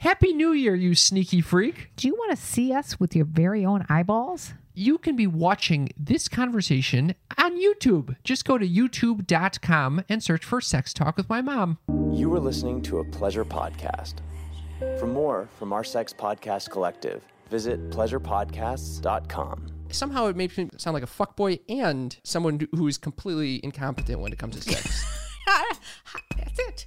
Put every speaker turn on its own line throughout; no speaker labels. Happy New Year, you sneaky freak.
Do you want to see us with your very own eyeballs?
You can be watching this conversation on YouTube. Just go to youtube.com and search for Sex Talk with My Mom.
You are listening to a pleasure podcast. For more from our sex podcast collective, visit pleasurepodcasts.com.
Somehow it makes me sound like a fuckboy and someone who is completely incompetent when it comes to sex.
That's it.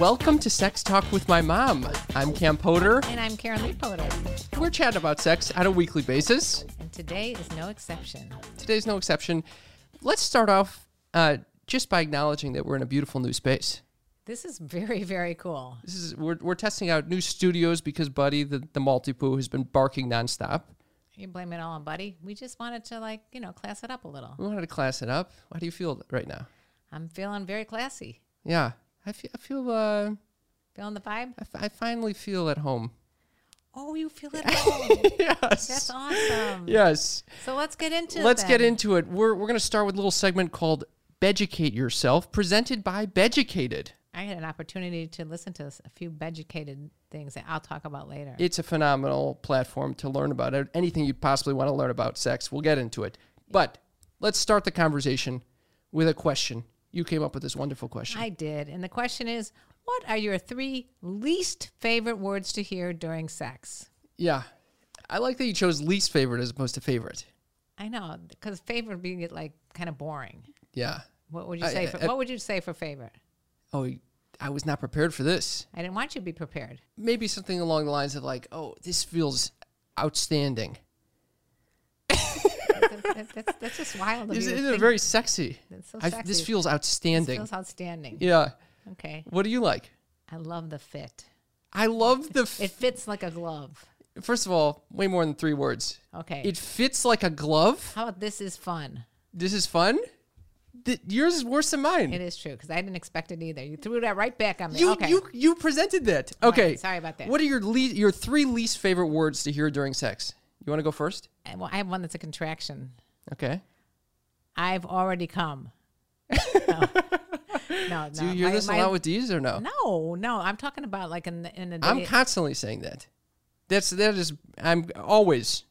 Welcome to Sex Talk with My Mom. I'm Cam Potter.
And I'm Karen Leepoter.
We're chatting about sex on a weekly basis.
And today is no exception.
Today's no exception. Let's start off uh, just by acknowledging that we're in a beautiful new space.
This is very, very cool.
This is we're, we're testing out new studios because Buddy, the, the multi poo, has been barking nonstop.
You blame it all on Buddy. We just wanted to, like, you know, class it up a little.
We wanted to class it up. How do you feel right now?
I'm feeling very classy.
Yeah, I feel. I feel. Uh,
Feeling the vibe?
I, f- I finally feel at home.
Oh, you feel it all.
Yes.
That's awesome.
Yes.
So let's get into it.
Let's get
then.
into it. We're we're gonna start with a little segment called "Beducate Yourself," presented by Beducated.
I had an opportunity to listen to a few educated things that I'll talk about later.
It's a phenomenal platform to learn about it. anything you'd possibly want to learn about sex. We'll get into it, but let's start the conversation with a question. You came up with this wonderful question.
I did. And the question is what are your three least favorite words to hear during sex?
yeah, I like that you chose least favorite as opposed to favorite.
I know, because favorite being like kind of boring.
Yeah.
What would you
I- uh,
say?
I-
for,
I-
what would you say for favorite?
Oh, I was not prepared for this.
I didn't want you to be prepared.
maybe something along the lines of like, "Oh, this feels outstanding."
That- that- that's, that's just wild. of
Is
you to
it
think.
very sexy?
That's so
I- this
sexy.
feels
This
outstanding.
feels outstanding.
yeah.
Okay,
What do you like?
I love the fit.
I love the. F-
It fits like a glove.
First of all, way more than three words.
Okay.
It fits like a glove.
How about this is fun?
This is fun. Th- yours is worse than mine.
It is true because I didn't expect it either. You threw that right back on me.
You
okay.
you you presented that. Okay.
sorry about that.
What are your le- your three least favorite words to hear during sex? You want to go first?
I- well, I have one that's a contraction.
Okay.
I've already come. No, no. no.
Do you hear
Uh, My-
this
my-
a lot with these or no?
No, no. I'm talking about like in the in the.
I'm
day-
constantly saying that. That's that is I'm always.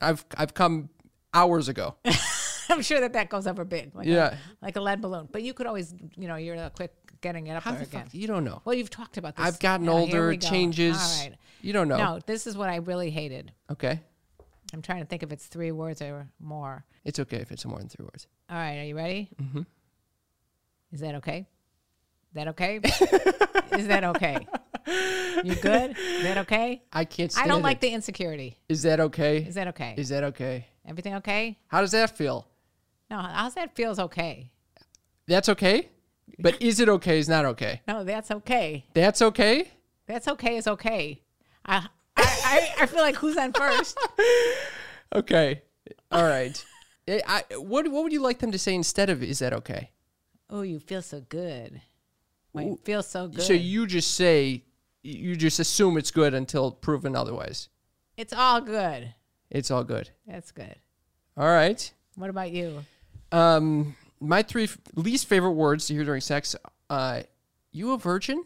I've I've come hours ago.
I'm sure that that goes over big. Like
Yeah.
A, like a lead balloon. But you could always, you know, you're uh, quick getting it up
How
there
the
again.
fuck you don't know?
Well, you've talked about this.
I've gotten
Now, here
older.
we go.
Changes.
All right.
You don't know.
No, this is what I really hated.
Okay.
I'm trying to think if it's three words or more.
It's okay if it's more than three words.
All right, are you ready? Mm-hmm. Is that okay? That okay? is that okay? You good? Is that okay?
I can't.
I
Stand
don't like
it.
the insecurity.
Is that okay?
Is that okay?
Is that okay?
Everything okay?
How does that feel?
No, how's that feels okay?
That's okay. But is it okay? Is not okay.
No, that's okay.
That's okay.
That's okay is okay. I I, I, I feel like who's on first?
Okay. All right. Eh, I, what what would you like them to say instead of is that okay?
Oh, you feel so good. Well, you feel so good.
So you just say you just assume it's good until proven otherwise.
it's all good.
It's all good.
That's good.
All right.
What about you?
Um, my three f- least favorite words to hear during sex. Uh, you a virgin?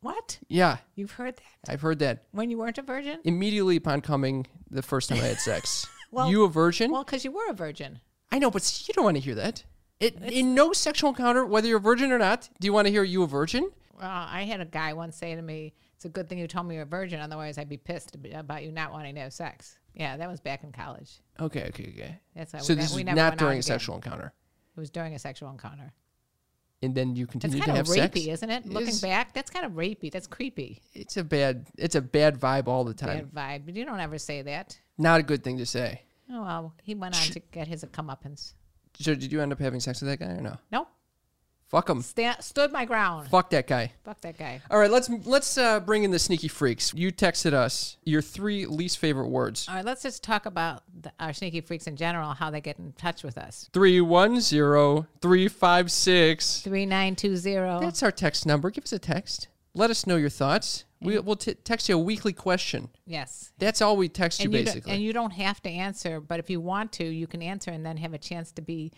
What?
Yeah,
You've heard that
I've heard that
when you weren't a virgin?
immediately upon coming the first time I had sex.
Well-
you a virgin?
Well, because you were a virgin.
I know, but you don't want to hear that. It, in no sexual encounter, whether you're a virgin or not, do you want to hear you a virgin?
Uh, I had a guy once say to me, "It's a good thing you told me you're a virgin, otherwise I'd be pissed ab- about you not wanting to have sex." Yeah, that was back in college.
Okay, okay, okay.
That's why
so
we, ne-
this
we
is
never
not
went out
during a
again.
sexual encounter,
It was during a sexual encounter.
and then you
That's
continue to
kind of
have
rapey,
sex.
isn't it? Looking
It's-
back, that's kind of rapey. That's creepy.
it's a bad, it's a bad vibe all the time.
Bad vibe. But you don't ever say that.
Not a good thing to say.
Oh well, he went on to get his comeuppance.
So, did you end up having sex with that guy or no?
Nope.
Fuck him.
Sta- stood my ground.
Fuck that guy.
Fuck that guy.
All right, let's let's uh, bring in the sneaky freaks. You texted us your three least favorite words.
All right, let's just talk about the, our sneaky freaks in general, how they get in touch with us.
Three one zero three five six.
3920.
That's our text number. Give us a text. Let us know your thoughts. We, we'll t- text you a weekly question.
yes.
That's all we text you,
And you, don't-
basically.
and you don't have to answer, but if you want to, you can answer and then have a chance to be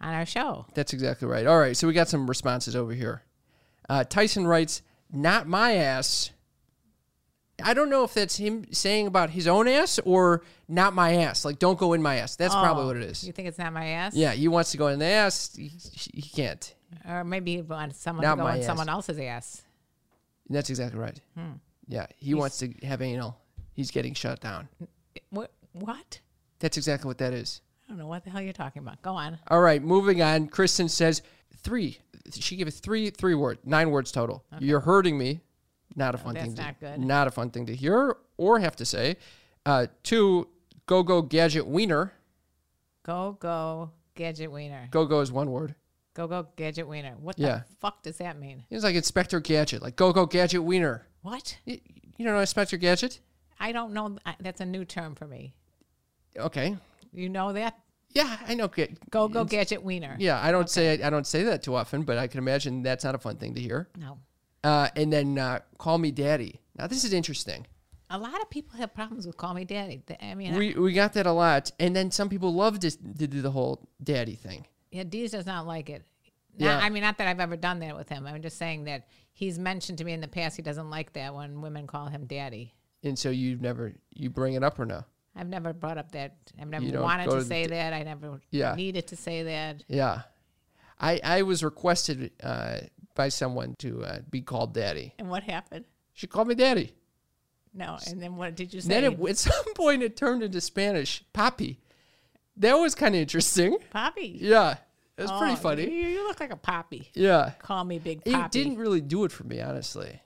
on our show.
That's exactly right. All right, so we got some responses over here. Uh, Tyson writes, "Not my ass." I don't know if that's him saying about his own ass or not my ass. Like, don't go in my ass. That's probably what it is.
You think it's not my ass?
Yeah, he wants to go in the ass. He, he he can't.
Or maybe you want someone
Not
to go
my
on
ass.
someone else's ass.
That's exactly right. Yeah, he wants to have anal. He's getting shut down.
What? What?
That's exactly what that is.
I don't know what the hell you're talking about. Go on.
All right, moving on. Kristen says three. She gave us three, three words, nine words total. You're hurting me. Not a fun
that's
thing.
not
to,
good.
Not a fun thing to hear or have to say. Uh, two, go go gadget wiener.
Go, go, gadget wiener.
Go go is one word.
Go, go, gadget wiener. What
Yeah.
the fuck does that mean?
It's like Inspector Gadget. Like go go gadget wiener.
What?
You, you don't know Inspector Gadget?
I don't know. I- That's a new term for me.
Okay.
You know that?
Yeah, I know. Ga-
Go, go, gadget wiener.
Yeah, I don't say I don't say that too often, but I can imagine that's not a fun thing to hear.
No.
Uh, and then uh, call me daddy. Now this is interesting.
A lot of people have problems with call me daddy. Th- I mean, I-
We we got that a lot, and then some people love to, to do the whole daddy thing.
yeah, Deez does not like it.
Yeah.
Not, I mean, not that I've ever done that with him. I'm just saying that he's mentioned to me in the past he doesn't like that when women call him daddy.
And so you never you bring it up or no?
I've never brought up that. I've
You
never
don't
wanted
go
to
to the
say
d-
that. I never
Yeah.
needed to say that.
Yeah, I I was requested uh, by someone to uh, be called daddy.
And what happened?
She called me daddy.
No. And then what did you say?
Then it, at some point it turned into Spanish, papi. That was kind of interesting.
poppy.
Yeah, it was pretty
Oh,
funny.
You, you look like a poppy.
Yeah.
Call me big
It
poppy.
didn't really do it for me, honestly.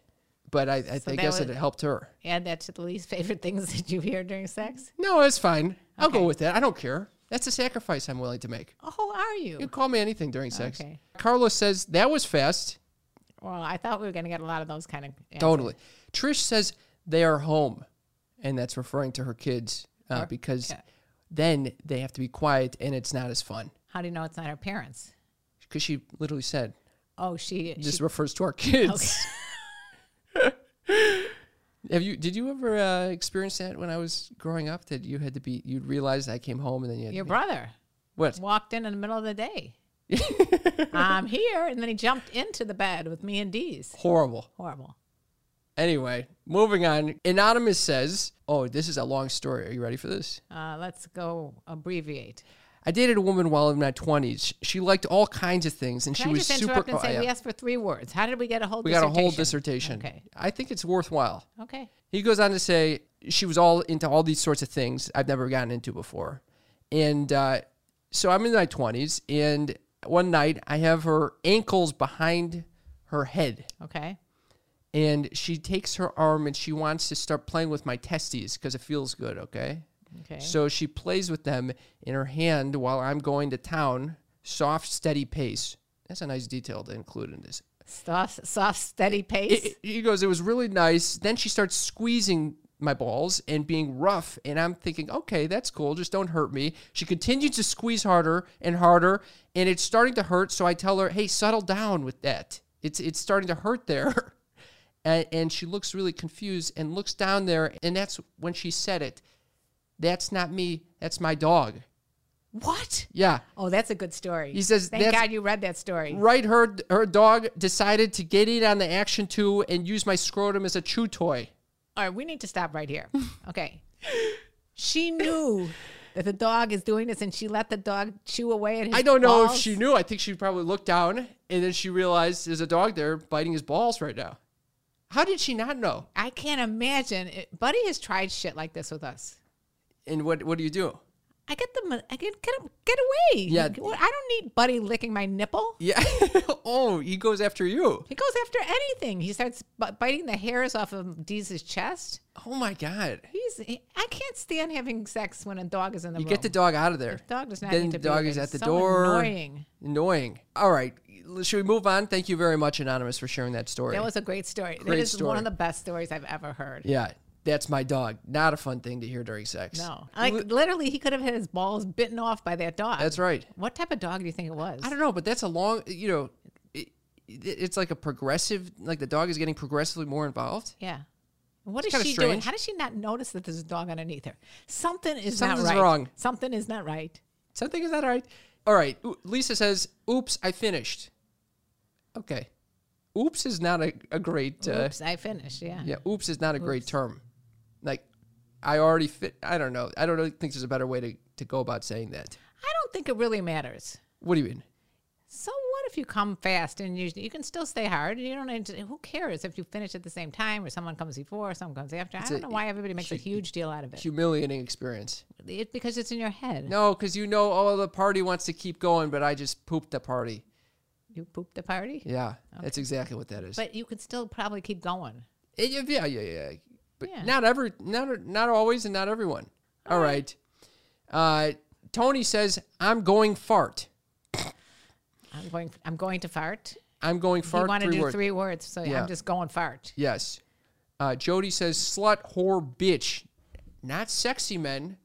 But I, I, th- I
that
guess
was-
it helped her.
Add that to the least favorite things that you hear during sex.
No, it's fine. I'll go
Okay.
with that. I don't care. That's a sacrifice I'm willing to make.
Oh, are
You
you?
can call me anything during sex.
Okay.
Carlos says that was fast.
Well, I thought we were going to get a lot of those kind of. Answers.
Totally. Trish says they are home, and that's referring to her kids uh, because then they have to be quiet and it's not as fun.
How do you know it's not her parents?
Because she literally said
Oh, she. she-
this refers to our kids. Have you? Did you ever uh, experience that when I was growing up? That you had to be, you'd realize I came home and then you had
your
to be,
brother
what?
walked in in the middle of the day. I'm here, and then he jumped into the bed with me and Dee's.
Horrible.
Horrible.
Anyway, moving on. Anonymous says, "Oh, this is a long story. Are you ready for this?"
Uh, let's go abbreviate.
I dated a woman while in my twenties. She liked all kinds of things, and
Can
she
I
was
just
super.
interrupt and
oh,
say
yeah.
we asked for three words? How did we get a whole?
we got a whole dissertation.
Okay.
I think it's worthwhile.
Okay.
He goes on to say she was all into all these sorts of things I've never gotten into before, and uh, so I'm in my twenties. And one night I have her ankles behind her head,
Okay.
and she takes her arm and she wants to start playing with my testes because it feels good. Okay.
Okay.
So she plays with them in her hand while I'm going to town, soft, steady pace. That's a nice detail to include in this.
soft, soft, steady pace.
It- it- he goes, It was really nice. Then she starts squeezing my balls and being rough. And I'm thinking, Okay, that's cool. Just don't hurt me. She continues to squeeze harder and harder. And it's starting to hurt. So I tell her, Hey, settle down with that. It's, it's starting to hurt there. And, and she looks really confused and looks down there. And that's when she said it. That's not me. That's my dog.
What?
Yeah.
Oh, that's a good story.
He says,
Thank
"That's-
God you read that story.
Right, her her dog decided to get in on the action too and use my scrotum as a chew toy.
All right, we need to stop right here. Okay. she knew that the dog is doing this and she let the dog chew away at his
I don't know if
balls?
she knew. I think she probably looked down and then she realized there's a dog there biting his balls right now. How did she not know?
I can't imagine. It, Buddy has tried shit like this with us.
And what what do you do?
I get them. I get get, him- get away.
Yeah.
Well, I don't need Buddy licking my nipple.
Yeah. oh, he goes after you.
He goes after anything. He starts b- biting the hairs off of Deez's chest.
Oh my god.
He's. He, I can't stand having sex when a dog is in the
You
room.
get the dog out of there.
Dog does not
then
need
the
to
dog
be
is
there.
at the
So
door.
Annoying.
Annoying. All right. Should we move on? Thank you very much, Anonymous, for sharing that story.
That was a great story.
Great
that is
story.
one of the best stories I've ever heard.
yeah, that's my dog. Not a fun thing to hear during sex.
No, like literally, he could have had his balls bitten off by that dog.
That's right.
What type of dog do you think it was?
I don't know, but that's a long, you know, it, it- it's like a progressive, like the dog is getting progressively more involved.
Yeah. What is
kinda
she doing?
strange.
How does she not notice that there's a dog underneath her? Something is
Something's
not right.
wrong.
Something is not right.
Something is not right. All right. Ooh, Lisa says, oops, I finished. Okay. Oops is not a, a great, uh,
Oops, I finished. Yeah.
yeah, oops is not a great term. Like, I already fit, I don't know. I don't really think there's a better way to, to go about saying that.
I don't think it really matters.
What do you mean?
So what if you come fast and you you can still stay hard and you don't need to, who cares if you finish at the same time or someone comes before or someone comes after. I don't know why everybody makes a huge deal out of it.
Humiliating experience.
It- because it's in your head.
No, because you know, oh, the party wants to keep going, but I just pooped the party.
You poop the party.
Yeah, that's exactly what that is.
But you could still probably keep going.
It- yeah, yeah, yeah. yeah. But
Yeah.
not every, not not always, and not everyone. All right. Uh, Tony says, "I'm going fart.
I'm going I'm going to fart.
I'm going
You
fart."
want to
three
do
words.
three words, so
Yeah.
I'm just going fart.
Yes. Uh, Jody says, "Slut, whore, bitch." Not sexy men.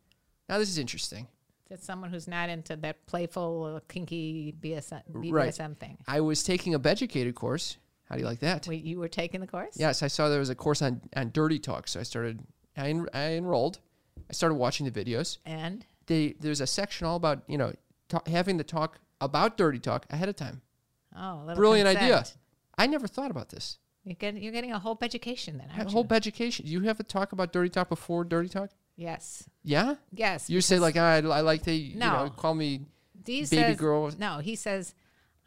Now this is interesting.
That's someone who's not into that playful, uh, kinky BSM, BDSM
Right.
thing.
I was taking a beducated course. How do you like that?
Wait, you were taking the course?
Yes, I saw there was a course on on dirty talk, so I started. I, en- I enrolled. I started watching the videos.
And
They there's a section all about you know ta having the talk about dirty talk ahead of time.
oh, a little
Brilliant idea.
consent.
I never thought about this.
You're getting, you're getting a whole education then,
A
aren't
whole
you?
education. You have a talk about dirty talk before dirty talk.
yes,
Yeah.
yes.
You say like I, I like to you
No.
know call me. baby
Dee says-
girl-
No, he says.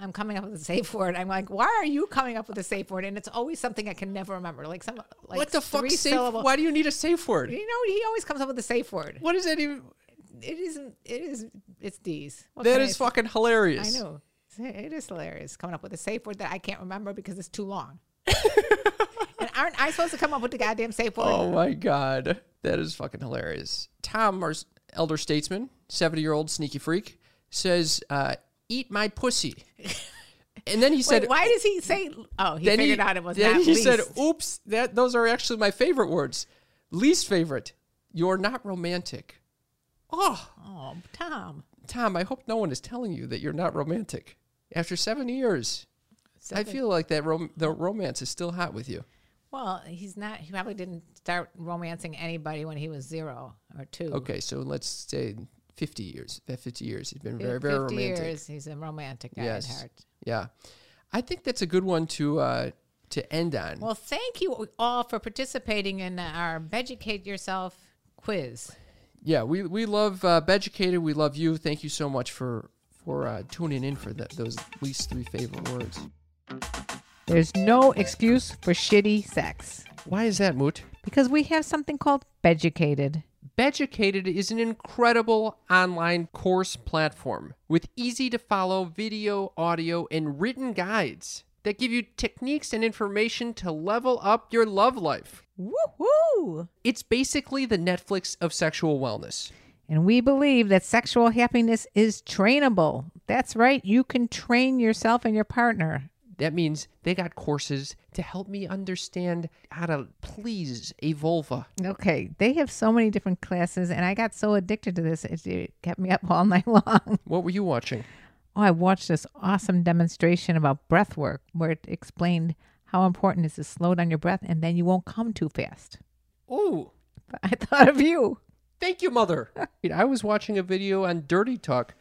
I'm coming up with a safe word. I'm like, why are you coming up with a safe word? And it's always something I can never remember. Like some, like
what the fuck
three
safe?
syllable-
Why do you need a safe word?
You know, he always comes up with a safe word.
What is that even?
It isn't. It is. It's D's. What
That
can I
is
say?
fucking
I
hilarious.
know. It is hilarious coming up with a safe word that I can't remember because it's too long. and aren't I supposed to come up with the goddamn safe word?
Oh my god, that is fucking hilarious. Tom, our s- elder statesman, seventy-year-old sneaky freak, says, uh, "Eat my pussy," and then he
Wait,
said,
why does he say? Oh, he
then
figured out it was
then
not
he said,
least.
"Oops, that those are actually my favorite words. Least favorite. You're not romantic." Oh,
"Oh, Tom,
Tom, I hope no one is telling you that you're not romantic. After seven years, I
Seven-
feel like that rom- the romance is still hot with you.
Well, he's not. He probably didn't start romancing anybody when he was zero or two.
Okay, so let's say fifty years. That fifty years, he's been
In
very, very
50
romantic.
years, he's a romantic guy at
yes,
heart.
yeah. I think that's a good one to uh, to end on.
Well, thank you all for participating in our educate yourself quiz.
yeah, we we love uh, Beducated. We love you. Thank you so much for for uh, tuning in for that those least three favorite words.
There's no excuse for shitty sex
Why is that, Moot?
because we have something called beducated.
Beducated is an incredible online course platform with easy to follow video, audio, and written guides that give you techniques and information to level up your love life.
Woohoo!
It's basically the Netflix of sexual wellness.
And we believe that sexual happiness is trainable. That's right, you can train yourself and your partner.
That means they got courses to help me understand how to please a vulva.
Okay, they have so many different classes, and I got so addicted to this, it, it kept me up all night long.
What were you watching?
Oh, I watched this awesome demonstration about breath work where it explained how important it is to slow down your breath and then you won't come too fast.
Oh,
I thought of you.
Thank you, mother. I mean, I was watching a video on dirty talk.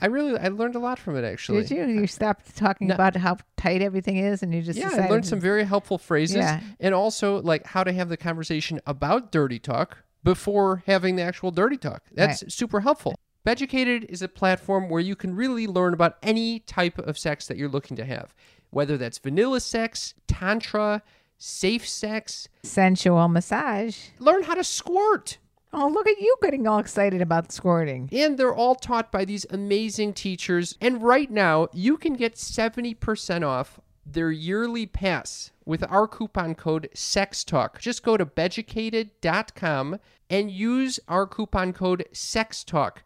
I really I learned a lot from it actually.
Did you? You stopped talking about how tight everything is, and you just
Yeah,
Decided,
I learned some very helpful phrases
Yeah.
and also like how to have the conversation about dirty talk before having the actual dirty talk. That's super helpful. Beducated is a platform where you can really learn about any type of sex that you're looking to have, whether that's vanilla sex, tantra, safe sex,
sensual massage.
learn how to squirt.
Oh, look at you getting all excited about squirting.
And they're all taught by these amazing teachers. And right now, you can get 70% off their yearly pass with our coupon code SEXTALK. Just go to beducated.com and use our coupon code SEXTALK.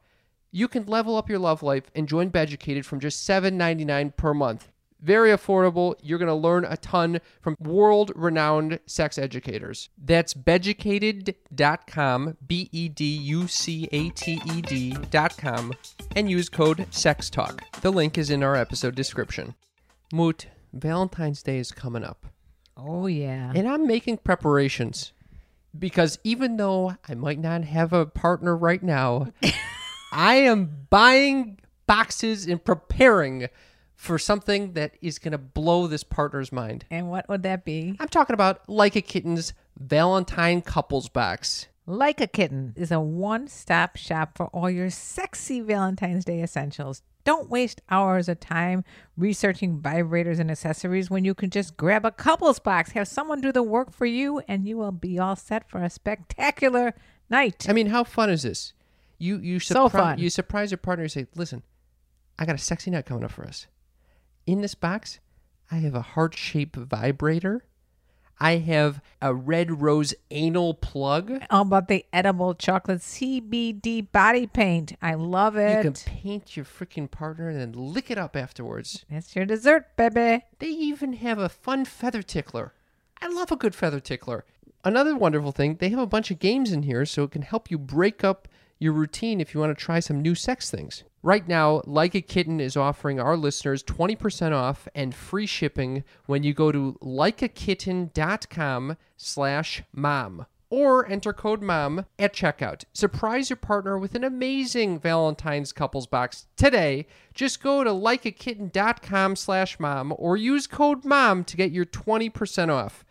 You can level up your love life and join Beducated from just $7.99 per month. Very affordable. You're going to learn a ton from world renowned sex educators. That's beducated.com, B E D U C A T E D.com, and use code SEXTALK. The link is in our episode description. Moot, Valentine's Day is coming up,
Oh yeah.
and I'm making preparations because even though I might not have a partner right now, I am buying boxes and preparing for something that is going to blow this partner's mind.
And what would that be?
I'm talking about Like a Kitten's Valentine Couples Box.
Like a Kitten is a one stop shop for all your sexy Valentine's Day essentials. Don't waste hours of time researching vibrators and accessories when you can just grab a couples box, have someone do the work for you, and you will be all set for a spectacular night.
I mean, how fun is this? You you
So
surpri-
fun.
you surprise your partner. You say, "Listen, I got a sexy night coming up for us. In this box, I have a heart shaped vibrator. I have a red rose anal plug."
How about the edible chocolate CBD body paint? I love
You
it.
can paint your freaking partner and then lick it up afterwards.
That's your dessert, baby.
They even have a fun feather tickler. I love a good feather tickler. Another wonderful thing, they have a bunch of games in here so it can help you break up your routine if you want to try some new sex things. Right now, Like a Kitten is offering our listeners 20% off and free shipping when you go to likeakitten.com slash mom or enter code MOM at checkout. Surprise your partner with an amazing Valentine's couples box today. Just go to likeakitten.com slash mom or use code MOM to get your 20% off.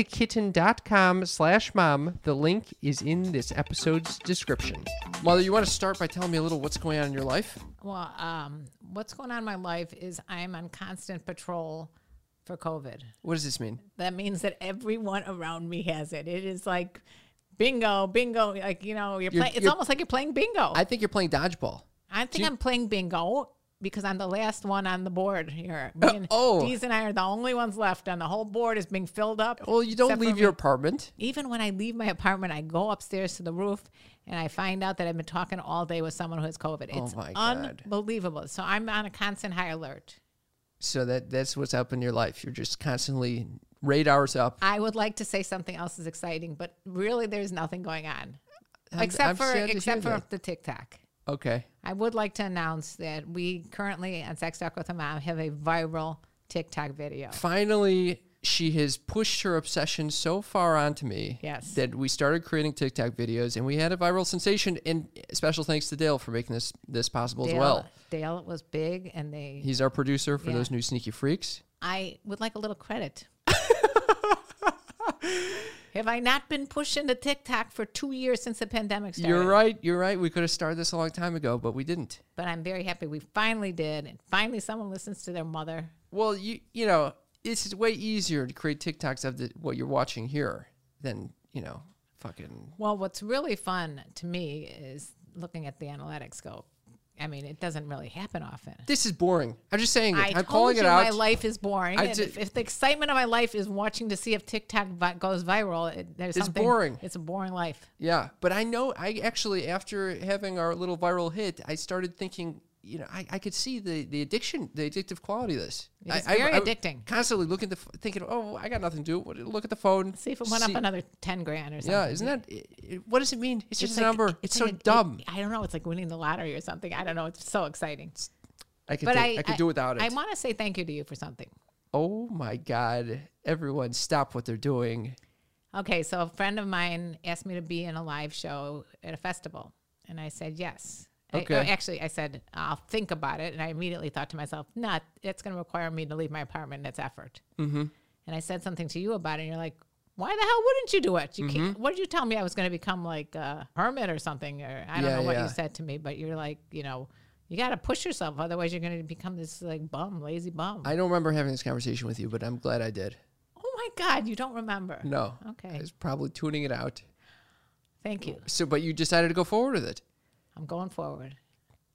Likeakitten.com slash mom. The link is in this episode's description. Mother, you want to start by telling me a little what's going on in your life?
Well, um, what's going on in my life is I'm on constant patrol for COVID.
What does this mean?
That means that everyone around me has it. It is like bingo, bingo. Like you know, you're,
You're-
playing. It's
you're-
almost like you're playing bingo.
I
I,
think you're playing dodgeball.
think I'm playing bingo because I'm the last one on the board here. Me and,
oh.
Deez and I are the only ones left, and the whole board is being filled up.
Well, you don't
except for
leave
me.
your apartment.
Even when I leave my apartment, I go upstairs to the roof and I find out that I've been talking all day with someone who has COVID. It's
Oh my God.
unbelievable. So I'm on a constant high alert.
So that that's what's up in your life. You're just constantly radars up.
I would like to say something else is exciting, but really there's nothing going on.
I'm-
except
I'm
for
sad to hear
except for
that.
the TikTok.
Okay.
I would like to announce that we currently on Sex Talk with a Mom have a viral TikTok video.
Finally, she has pushed her obsession so far onto me
Yes.
that we started creating TikTok videos and we had a viral sensation. And special thanks to Dale for making this this possible as well.
Dale was big and they
He's our producer for
Yeah.
those new sneaky freaks.
I would like a little credit. Have I not been pushing the TikTok for two years since the pandemic started?
You're right. You're right. We could have started this a long time ago, but we didn't.
But I'm very happy we finally did. And finally, someone listens to their mother.
Well, you you know, it's way easier to create TikToks of the, what you're watching here than you know, fucking.
Well, what's really fun to me is looking at the analytics go. I mean, it doesn't really happen often.
This is boring. I'm just saying. It.
I
I'm
told
calling
you
it out.
my life is boring.
I
and
ju-
if, if the excitement of my life is watching to see if TikTok vi- goes viral, it, there's
It's
something-
boring.
It's a boring life.
Yeah, but I know I actually after having our little viral hit, I started thinking, you know, I, I could see the, the addiction, the addictive quality of this. I-
It's
I-
very
I-
addicting.
Constantly looking at the f- thinking, oh, I got nothing to do. What- Look at the phone.
See if it went up another ten grand or something.
Yeah, isn't that? It, it- what does it mean? It's, just a
like-
number. It's so
like a- it-
dumb.
I don't know. It's like winning the lottery or something. I don't know. It's so exciting.
I could
But
take-
I,
I could do without it.
I want to say thank you to you for something.
oh my god! Everyone, stop what they're doing.
Okay, so a friend of mine asked me to be in a live show at a festival, and I said yes. I-
Okay.
or actually, I said I'll think about it, and I immediately thought to myself, "Not. It's going to require me to leave my apartment. That's effort." Mm-hmm. And I said something to you about it, and you're like, "Why the hell wouldn't you do it? You
Mm-hmm.
can't, what did you tell me I was going to become like a hermit or something? Or I don't
Yeah,
know what
yeah.
you said to me, but you're like, you know." You got to push yourself, otherwise you're going to become this like bum, lazy bum.
I don't remember having this conversation with you, but I'm glad I did.
oh my God, you don't remember?
No.
Okay.
I was probably tuning it out.
Thank you.
So, but you decided to go forward with it.
I'm going forward.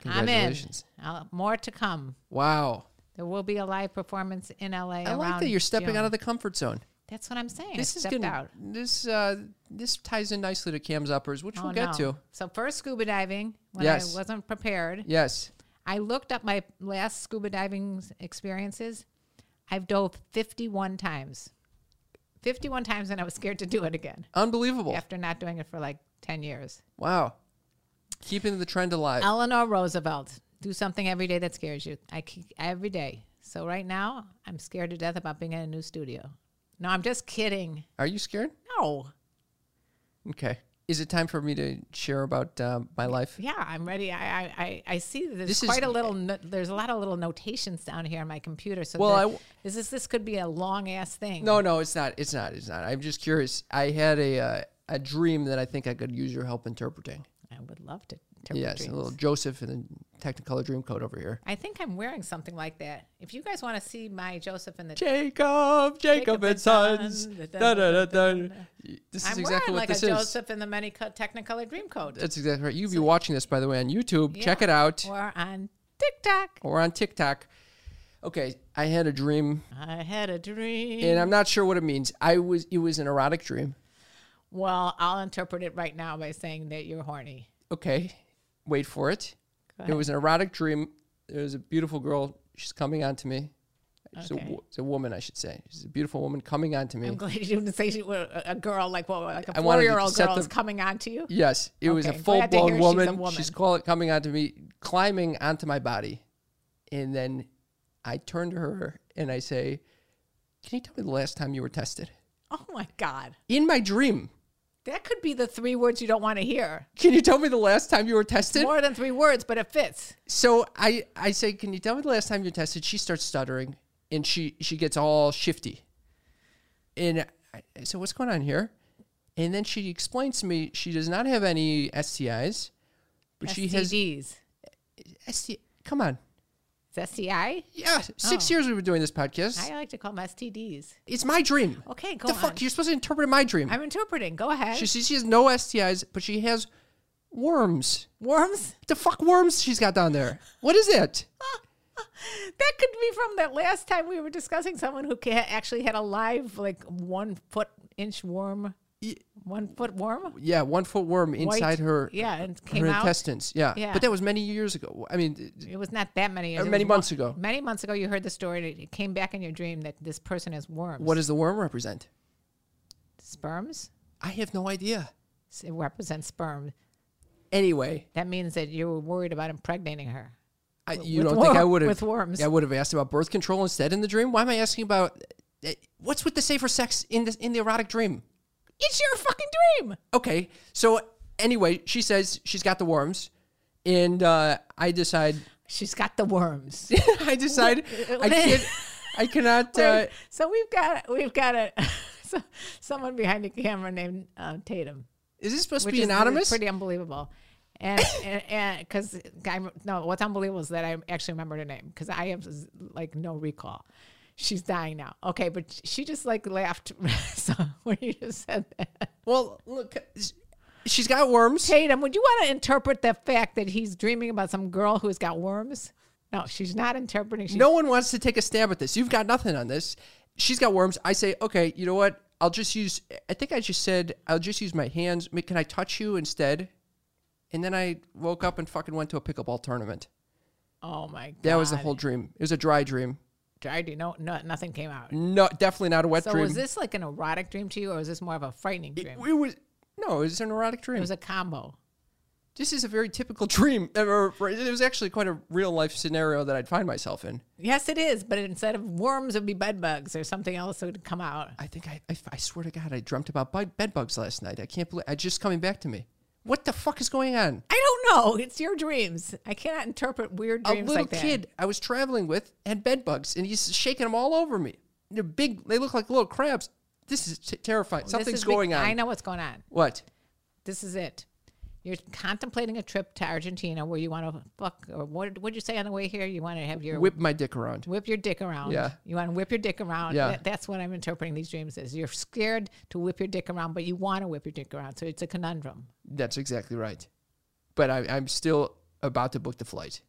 Congratulations.
I'm in. I'll, Uh, more to come.
Wow.
There will be a live performance in LA.
I like that you're stepping out of the comfort zone.
That's what I'm saying.
This
I
is
stepped
gonna
out.
this uh, this ties in nicely to Cam's uppers, which
Oh,
we'll get
no.
to.
So first scuba diving when
Yes.
I wasn't prepared.
Yes.
I looked up my last scuba diving s- experiences. I've dove 51 times. 51 times and I was scared to do it again
Unbelievable.
after not doing it for like 10 years.
Wow. Keeping the trend alive.
Eleanor Roosevelt, do something every day that scares you. I ke- every day. So right now, I'm scared to death about being in a new studio. No, I'm just kidding.
Are you scared?
No.
Okay. Is it time for me to share about uh, my life?
Yeah, I'm ready. I I, I, I see that there's
This is-
quite a little. No, there's a lot of little notations down here on my computer. So
Well,
the-
I w-
this is this could be a long ass thing.
No, no, it's not. It's not. It's not. I'm just curious. I had a uh, a dream that I think I could use your help interpreting.
I would love to. to
yes,
dreams.
a little Joseph and the Technicolor Dreamcoat over here.
I think I'm wearing something like that. If you guys want to see my Joseph in the,
Jacob, Jacob
Jacob
and
and Sons,
Sons. Da,
da,
da, da, da. This is
I'm
exactly
wearing
what
like
this
a
is.
Joseph in the many co- Technicolor dream coat.
That's exactly right. You'll be watching this, by the way, on YouTube. Check it out
Or on TikTok.
or on TikTok. Okay, I had a dream,
I had a dream.
and I'm not sure what it means. I was it was an erotic dream.
well, I'll interpret it right now by saying that you're horny.
Okay, wait for it. It was an erotic dream. There was a beautiful girl. She's coming on to me. She's a,
Okay.
wo- it's a woman, I should say. She's a beautiful woman coming on to me.
I'm glad you didn't say she was a a girl like what, like
I
a
wanted
four
to
year old
set
girl
the-
is coming on to you.
Yes, it was a
Okay, glad
full
to
blown
hear she's a
woman. She's, call,
woman.
coming onto me, climbing onto my body. And then I turn to her and I say, Can you tell me the last time you were tested?
Oh my god,
In my dream,
that could be the three words you don't want to hear.
can you tell me the last time you were tested?
More than three words, but it fits.
So I, I say, Can you tell me the last time you tested? She starts stuttering and she, she gets all shifty. And I, I said, What's going on here? And then she explains to me she does not have any STIs, but she has
STDs.
STI. Come on.
It's STI.
Yeah, six years we've been doing this podcast.
Oh. I like to call them STDs.
it's my dream.
Okay, go
the
on.
fuck? You're supposed to interpret my dream.
I'm interpreting. Go ahead.
she says she has no STIs, but she has worms.
Worms.
The fuck worms she's got down there? What is it?
That could be from that last time we were discussing someone who ca- actually had a live, like one foot inch worm, one foot worm
Yeah, one foot worm inside her
Yeah, and it
her
came out.
intestines. Yeah.
Yeah.
but that was many years ago. I mean, th- th-
It was not that many years.
Or
it
Uh, many
was mo-
months ago.
Many months ago, you heard the story. That it came back in your dream that this person has worms.
what does the worm represent?
sperms?
I have no idea.
S- It represents sperm.
Anyway,
That means that you were worried about impregnating her.
I, you
with
don't think I
wor-
would have
with worms.
I would have asked about birth control instead in the dream. Why am I asking about? eh, What's with the safer sex in this in the erotic dream?
It's your fucking dream.
okay. So anyway, she says she's got the worms, and uh, I decide,
She's got the worms.
I decide, I can't, I cannot. Uh,
Right? so we've got we've got a so, someone behind the camera named uh, Tatum,
is this supposed to
which
be
is
anonymous?
pretty unbelievable. And and because no, what's unbelievable is that I actually remembered her name because I have z- like no recall. She's dying now. Okay, but she just like laughed so, when you just said that.
well, look, she's got worms.
Tatum, would you want to interpret the fact that he's dreaming about some girl who's got worms? No, she's not interpreting. She's,
No one wants to take a stab at this. You've got nothing on this. She's got worms. I say, okay, you know what? I'll just use. I think I just said I'll just use my hands. Ma- Can I touch you instead? And then I woke up and fucking went to a pickleball tournament.
Oh my god.
That was the whole dream. It was a dry dream.
I do no, no, nothing came out.
No, definitely not a wet
So
dream.
was this like an erotic dream to you, or was this more of a frightening
It,
dream?
it was no, it was an erotic dream.
It was a combo.
this is a very typical dream. Or or it was actually quite a real life scenario that I'd find myself in.
Yes, it is. But instead of worms, it would be bed bugs or something else that would come out.
I think I, I, I swear to God, I dreamt about bed, bed bugs last night. I can't believe I just coming back to me. What the fuck is going on?
I don't know. It's your dreams. I cannot interpret weird
A
dreams
little
like that.
kid I was traveling with had bed bugs, and he's shaking them all over me. They're big. They look like little crabs. This is t- terrifying.
This
Something's
is be-
going on.
I know what's going on.
What?
This is it. You're contemplating a trip to Argentina where you want to fuck, or what would you say on the way here? You want to have your
Whip my dick around.
whip your dick around.
Yeah.
You want to whip your dick around.
Yeah.
That- that's what I'm interpreting these dreams as. You're scared to whip your dick around, but you want to whip your dick around. So it's a conundrum.
That's exactly right. But I, I'm still about to book the flight.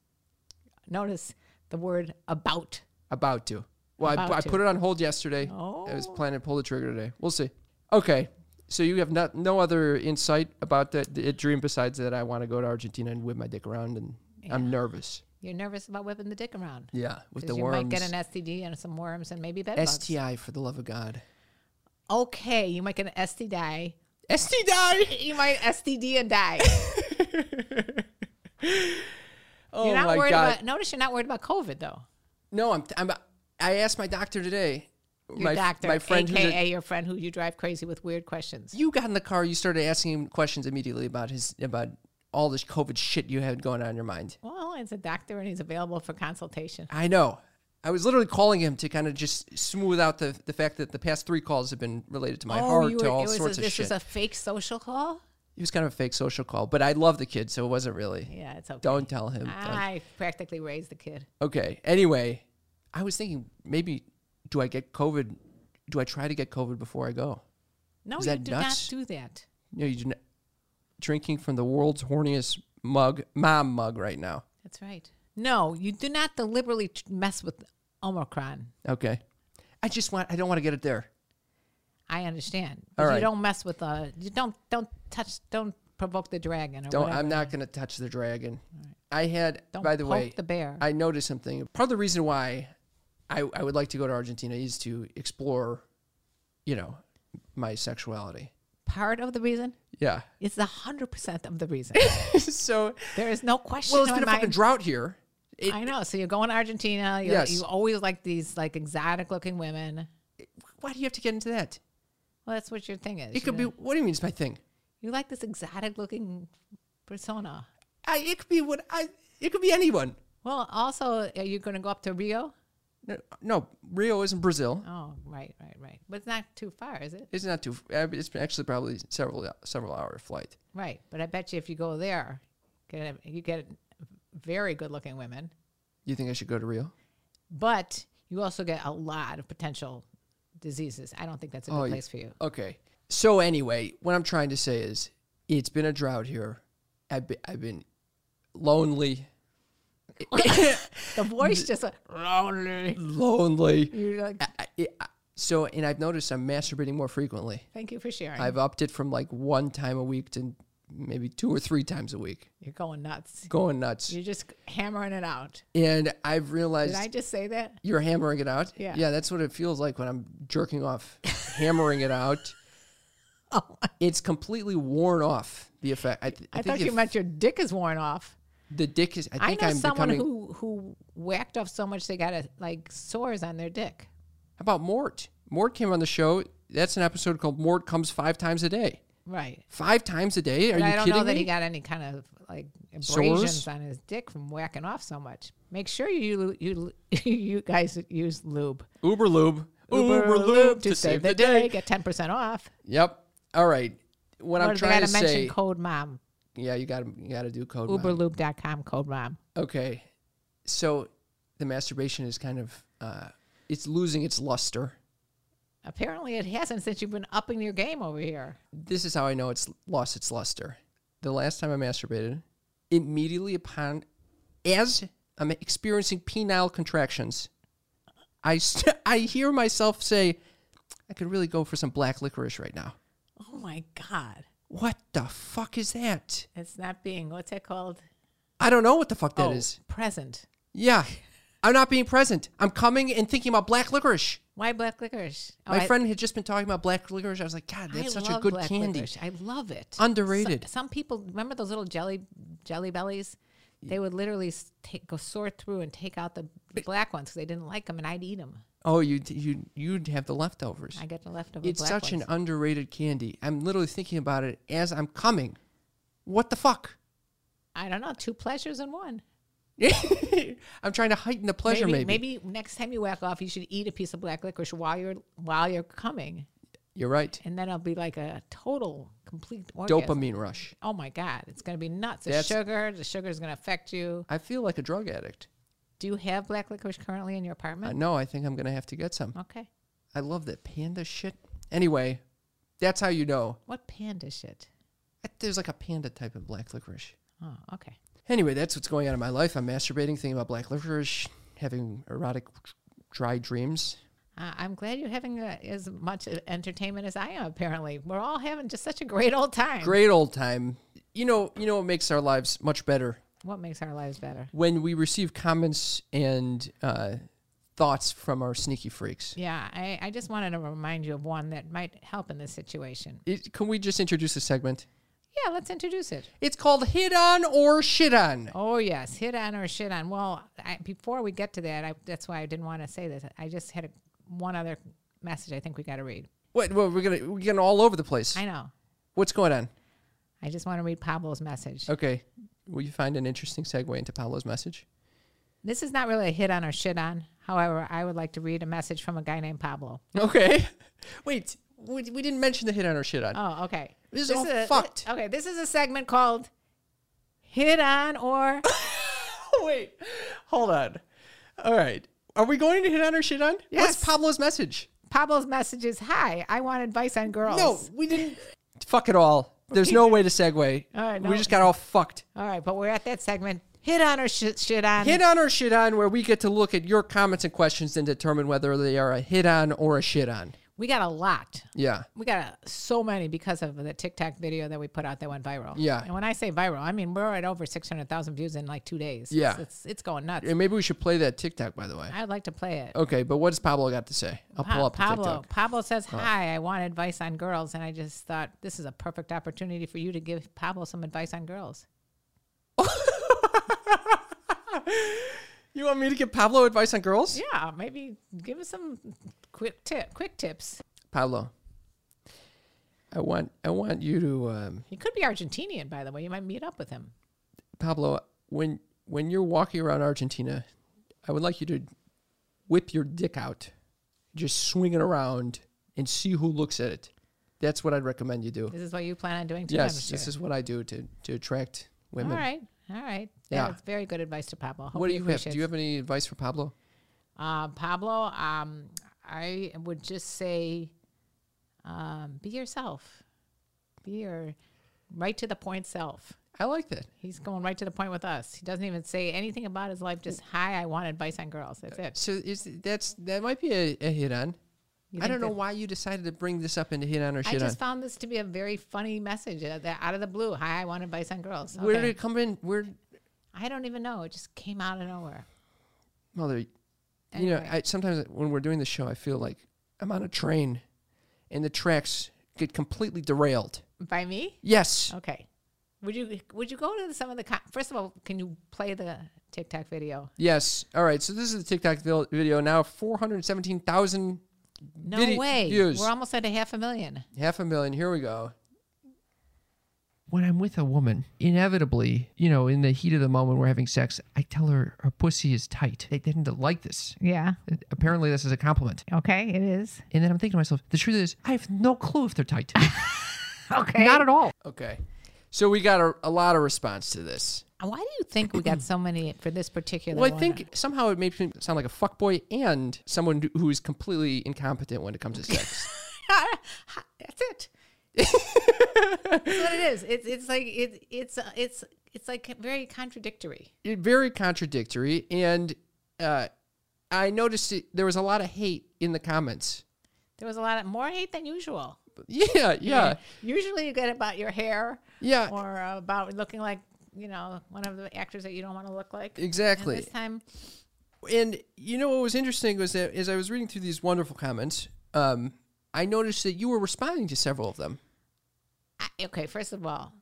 Notice the word about.
About to. Well,
About
I, I
to. Oh.
put it on hold yesterday. I was planning to pull the trigger today. We'll see. Okay. So you have not, no other insight about that the dream besides that I want to go to Argentina and whip my dick around and I'm nervous.
You're nervous about whipping the dick around.
Yeah, with the
Because you
worms.
might get an STD and some worms and maybe bed bugs.
STI for the love of God.
Okay, you might get an STD.
STI.
You might STD and die.
Oh
you're not
my
worried
God.
about. Notice you're not worried about COVID though.
no, I'm, I'm. I asked my doctor today.
Your
my,
doctor,
my friend, who's a-
aka your friend who you drive crazy with weird questions.
you got in the car, you started asking him questions immediately about his about all this COVID shit you had going on in your mind.
Well, it's a doctor and he's available for consultation.
I know. I was literally calling him to kind of just smooth out the, the fact that the past three calls have been related to my heart
Oh, you
to
were-
all
it was
sorts
a,
of
this
shit.
is a fake social call.
he was kind of a fake social call, but I love the kid, so it wasn't really.
Yeah, it's okay.
Don't tell him. Don't-
I practically raised the kid.
Okay. Anyway, I was thinking maybe do I get COVID? Do I try to get COVID before I go?
No,
Is
you
that
do
nuts?
not do that.
No, you do not. Drinking from the world's horniest mug, mom mug, right now.
That's right. No, you do not deliberately t- mess with Omicron.
Okay. I just want. I don't want to get it there.
I understand.
All
But
right.
You don't mess with uh you don't don't touch don't provoke the dragon or
Don't.
whatever.
I'm not going to touch the dragon. I had.
Don't
by the
poke
way,
the bear.
I noticed something. Part of the reason why I, I would like to go to Argentina is to explore, you know, my sexuality.
Part of the reason
Yeah.
is a hundred percent of the reason.
so
there is no question.
well, it's
in
been a
my
fucking
mind.
drought here. It,
I know. So you're going to Argentina. You,
Yes.
you always like these like exotic looking women.
why do you have to get into that?
Well, that's what your thing is.
It could be. What do you mean? It's my thing.
You like this exotic looking persona.
I, it could be what I. It could be anyone.
Well, also, are you going to go up to Rio?
No, no Rio isn't Brazil.
Oh, right, right, right. But it's not too far, is it?
It's not too. It's actually probably several several hour flight.
Right. But I bet you if you go there, get a- you get very good looking women,
You think I should go to Rio?
but you also get a lot of potential diseases. I don't think that's a good
yeah.
place for you.
Okay. So anyway, what I'm trying to say is, it's been a drought here. I've been, I've been lonely,
The voice just went, lonely.
lonely.
You're like,
I, I- so, and I've noticed I'm masturbating more frequently.
thank you for sharing.
I've upped it from like one time a week to maybe two or three times a week.
You're going nuts.
Going nuts.
You're just hammering it out.
And I've
Did
realized
I just say that?
you're hammering it out.
Yeah.
Yeah, that's what it feels like when I'm jerking off, hammering it out. It's completely worn off the effect. I, th-
Oh I,
I think
thought you
if
meant your dick is worn off.
the dick is. I
I,
think
know
am
someone
becoming.
who who whacked off so much they got a, like sores on their dick.
How about Mort? Mort came on the show. That's an episode called Mort Comes Five Times a Day.
Right.
Five times a day? Are
But
you
I don't
kidding
know that
me?
he got any kind of like
Sores?
abrasions on his dick from whacking off so much. Make sure you you you guys use lube.
Uber lube.
Get ten percent off.
Yep. All right. What
Or
I'm
they
trying
gotta
to
mention
say.
code mom.
yeah, you got to you got to do code. mom.
Uberlube.com code mom.
Okay. So the masturbation is kind of uh, it's losing its luster.
Apparently it hasn't since you've been upping your game over here.
This is how I know it's lost its luster. The last time I masturbated, immediately upon as I'm experiencing penile contractions, I st- I hear myself say, "I could really go for some black licorice right now."
Oh my god.
What the fuck is that?
It's not being what's that called?
I don't know what the fuck that
Oh,
is.
present.
Yeah. I'm not being present. I'm coming and thinking about black licorice.
Why black licorice? Oh,
My
I-
friend had just been talking about black licorice. I was like, God, that's
I
such a
love
good
black
candy.
licorice. I love it.
Underrated.
Some, some people remember those little jelly jelly bellies. They would literally s- take, go sort through and take out the black ones because they didn't like them, and I'd eat them.
Oh, you you you'd have the leftovers.
I get the leftover.
It's
black
such
ones.
an underrated candy. I'm literally thinking about it as I'm coming. What the fuck?
I don't know. Two pleasures in one.
I'm trying to heighten the pleasure, maybe.
maybe next time you whack off, you should eat a piece of black licorice while you're while you're coming,
You're right.
and then it'll be like a total complete orgasm.
Dopamine rush.
Oh my god, it's gonna be nuts. The
That's-
sugar, the sugar is gonna affect you.
I feel like a drug addict.
Do you have black licorice currently in your
I
apartment?
know. I think I'm gonna have to get some.
Okay.
I love that panda shit. Anyway, that's how you know.
What panda shit?
There's like a panda type of black licorice.
Oh, okay.
Anyway, that's what's going on in my life. I'm masturbating, thinking about black licorice, having erotic dry dreams.
Uh, I'm glad you're having uh as much entertainment as I am. Apparently, we're all having just such a great old time.
Great old time. You know, you know what makes our lives much better
What makes our lives better?
when we receive comments and uh, thoughts from our sneaky freaks.
Yeah, I, I just wanted to remind you of one that might help in this situation.
It, can we just introduce a segment?
Yeah, let's introduce it.
It's called "Hit On or Shit On."
Oh yes, hit on or shit on. Well, I, before we get to that, I, that's why I didn't want to say this. I just had a, one other message I think we got to read.
What? Well, we're gonna we're getting all over the place.
I know.
What's going on?
I just want to read Pablo's message.
Okay, will you find an interesting segue into Paolo's message?
This is not really a hit on or shit on. However, I would like to read a message from a guy named Pablo.
Okay. Wait, we, we didn't mention the hit on or shit on.
Oh, okay.
This is all
a,
fucked.
Okay, this is a segment called "Hit on or." Oh.
Wait, hold on. All right. Are we going to hit on or shit on?
Yes.
What's Pablo's message?
Pablo's message is, "Hi, I want advice on girls."
No, we didn't. Fuck it all. There's no way to segue.
All right,
We
no.
just got all fucked.
All right, but we're at that segment. Hit on or shit, shit on.
Hit on or shit on, where we get to look at your comments and questions and determine whether they are a hit on or a shit on.
We got a lot.
Yeah.
We got a, so many because of the TikTok video that we put out that went viral.
Yeah.
And when I say viral, I mean we're at over six hundred thousand views in like two days. It's-
Yeah.
It's it's going nuts.
And maybe we should play that TikTok, by the way.
I'd like to play it.
Okay, but what does Pablo got to say? Oh, I'll
Pa-
pull up the
Pablo.
TikTok.
Pablo says, "Hi, I want advice on girls," and I just thought this is a perfect opportunity for you to give Pablo some advice on girls.
You want me to give Pablo advice on girls?
Yeah, maybe give us some quick tip, quick tips.
Pablo, I want I want you to um,
He could be Argentinian, by the way. You might meet up with him.
Pablo when when you're walking around Argentina, I would like you to whip your dick out, just swing it around and see who looks at it. That's what I'd recommend you do.
This is what you plan on doing too. I'm
Yes,
sure.
this is what I do to to attract
all
women.
right. All right.
Yeah.
That's very good advice to Pablo. Hope
What do
he
you have? Do
appreciates
you have any advice for Pablo?
Uh, Pablo, um, I would just say um, be yourself. Be your right to the point self.
I like that.
He's going right to the point with us. He doesn't even say anything about his life, just, hi, I want advice on girls. That's it.
So is that's that might be a, a hit on.
You
I
think
don't know
that-
why you decided to bring this up into hit on or
I
shit on.
just found this to be a very funny message uh, that out of the blue. Hi, I want advice on girls.
Where
Okay.
did it come in? Where
I don't even know. It just came out of nowhere.
mother you know
Anyway.
i sometimes when we're doing the show i feel like i'm on a train and the tracks get completely derailed
By me?
yes
Okay. Would you would you go to some of the co- first of all? Can you play the TikTok video?
yes all right so this is the tiktok vil- video now 417000
No
Vide-
way.
views.
We're almost at a half a million.
half a million here we go when i'm with a woman inevitably you know in the heat of the moment we're having sex i tell her her pussy is tight they tend to like this
Yeah.
apparently this is a compliment
Okay. It is.
and then i'm thinking to myself the truth is i have no clue if they're tight
Okay.
Not at all. Okay. So we got a, a lot of response to this.
Uh, Why do you think we got so many for this particular?
Well, I
one?
think somehow it makes me sound like a fuckboy and someone who is completely incompetent when it comes to sex.
that's it. that's what it is. It's it's like it, it's uh, it's it's like very contradictory.
it, very contradictory. And uh, I noticed it, there was a lot of hate in the comments.
There was a lot of more hate than usual.
Yeah, yeah,
Usually you get about your hair
yeah.
or about looking like you know one of the actors that you don't want to look like. And
exactly.
this time
And you know what was interesting was that as I was reading through these wonderful comments, um, I noticed that you were responding to several of them.
I, okay, first of all,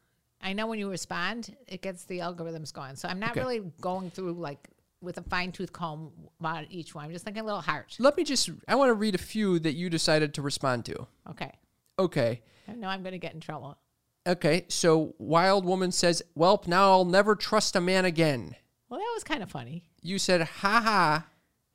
I know when you respond, it gets the algorithms going. So I'm not
Okay.
really going through like with a fine tooth comb about each one. I'm just thinking a little heart.
Let me just, I want to read a few that you decided to respond to.
Okay.
Okay.
I know I'm going to get in trouble.
Okay. So Wild Woman says, Welp, now I'll never trust a man again.
Well, that was kind of funny.
You said, ha ha.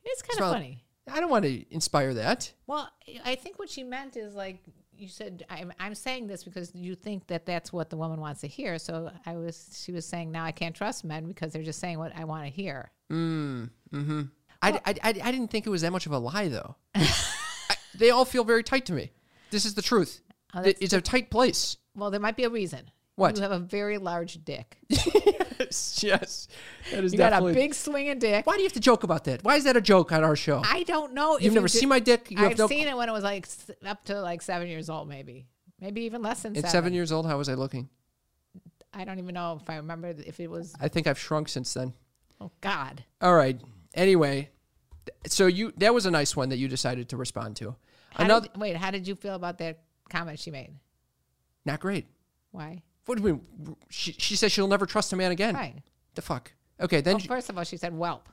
It's kind
Smile.
of funny.
I don't want to inspire that.
Well, I think what she meant is like you said. I'm I'm saying this because you think that that's what the woman wants to hear. So I was. She was saying now I can't trust men because they're just saying what I want to hear.
I, I, I, I didn't think it was that much of a lie, though. I, they all feel very tight to me. This is the truth.
Oh,
Th-
that's
it's a tight place.
Well, there might be a reason.
What?
You have a very large dick.
Yes, yes. That is
You got a
definitely.
big swinging dick.
Why do you have to joke about that? Why is that a joke on our show?
I don't know. if
You've never
you did-
seen my dick. You have
I've
no-
seen it when it was like s- up to like seven years old, maybe, maybe even less than
At
seven.
seven. years old, how was I looking?
I don't even know if I remember th- if it was.
I think I've shrunk since then.
Oh God.
All right. Anyway, th- so you that was a nice one that you decided to respond to.
How did-
Another
wait, how did you feel about that comment she made?
not great.
Why?
What do you mean? She, she says she'll never trust a man again.
Right. Oh.
The fuck. Okay, then
Well,
j-
first of all, she said whelp.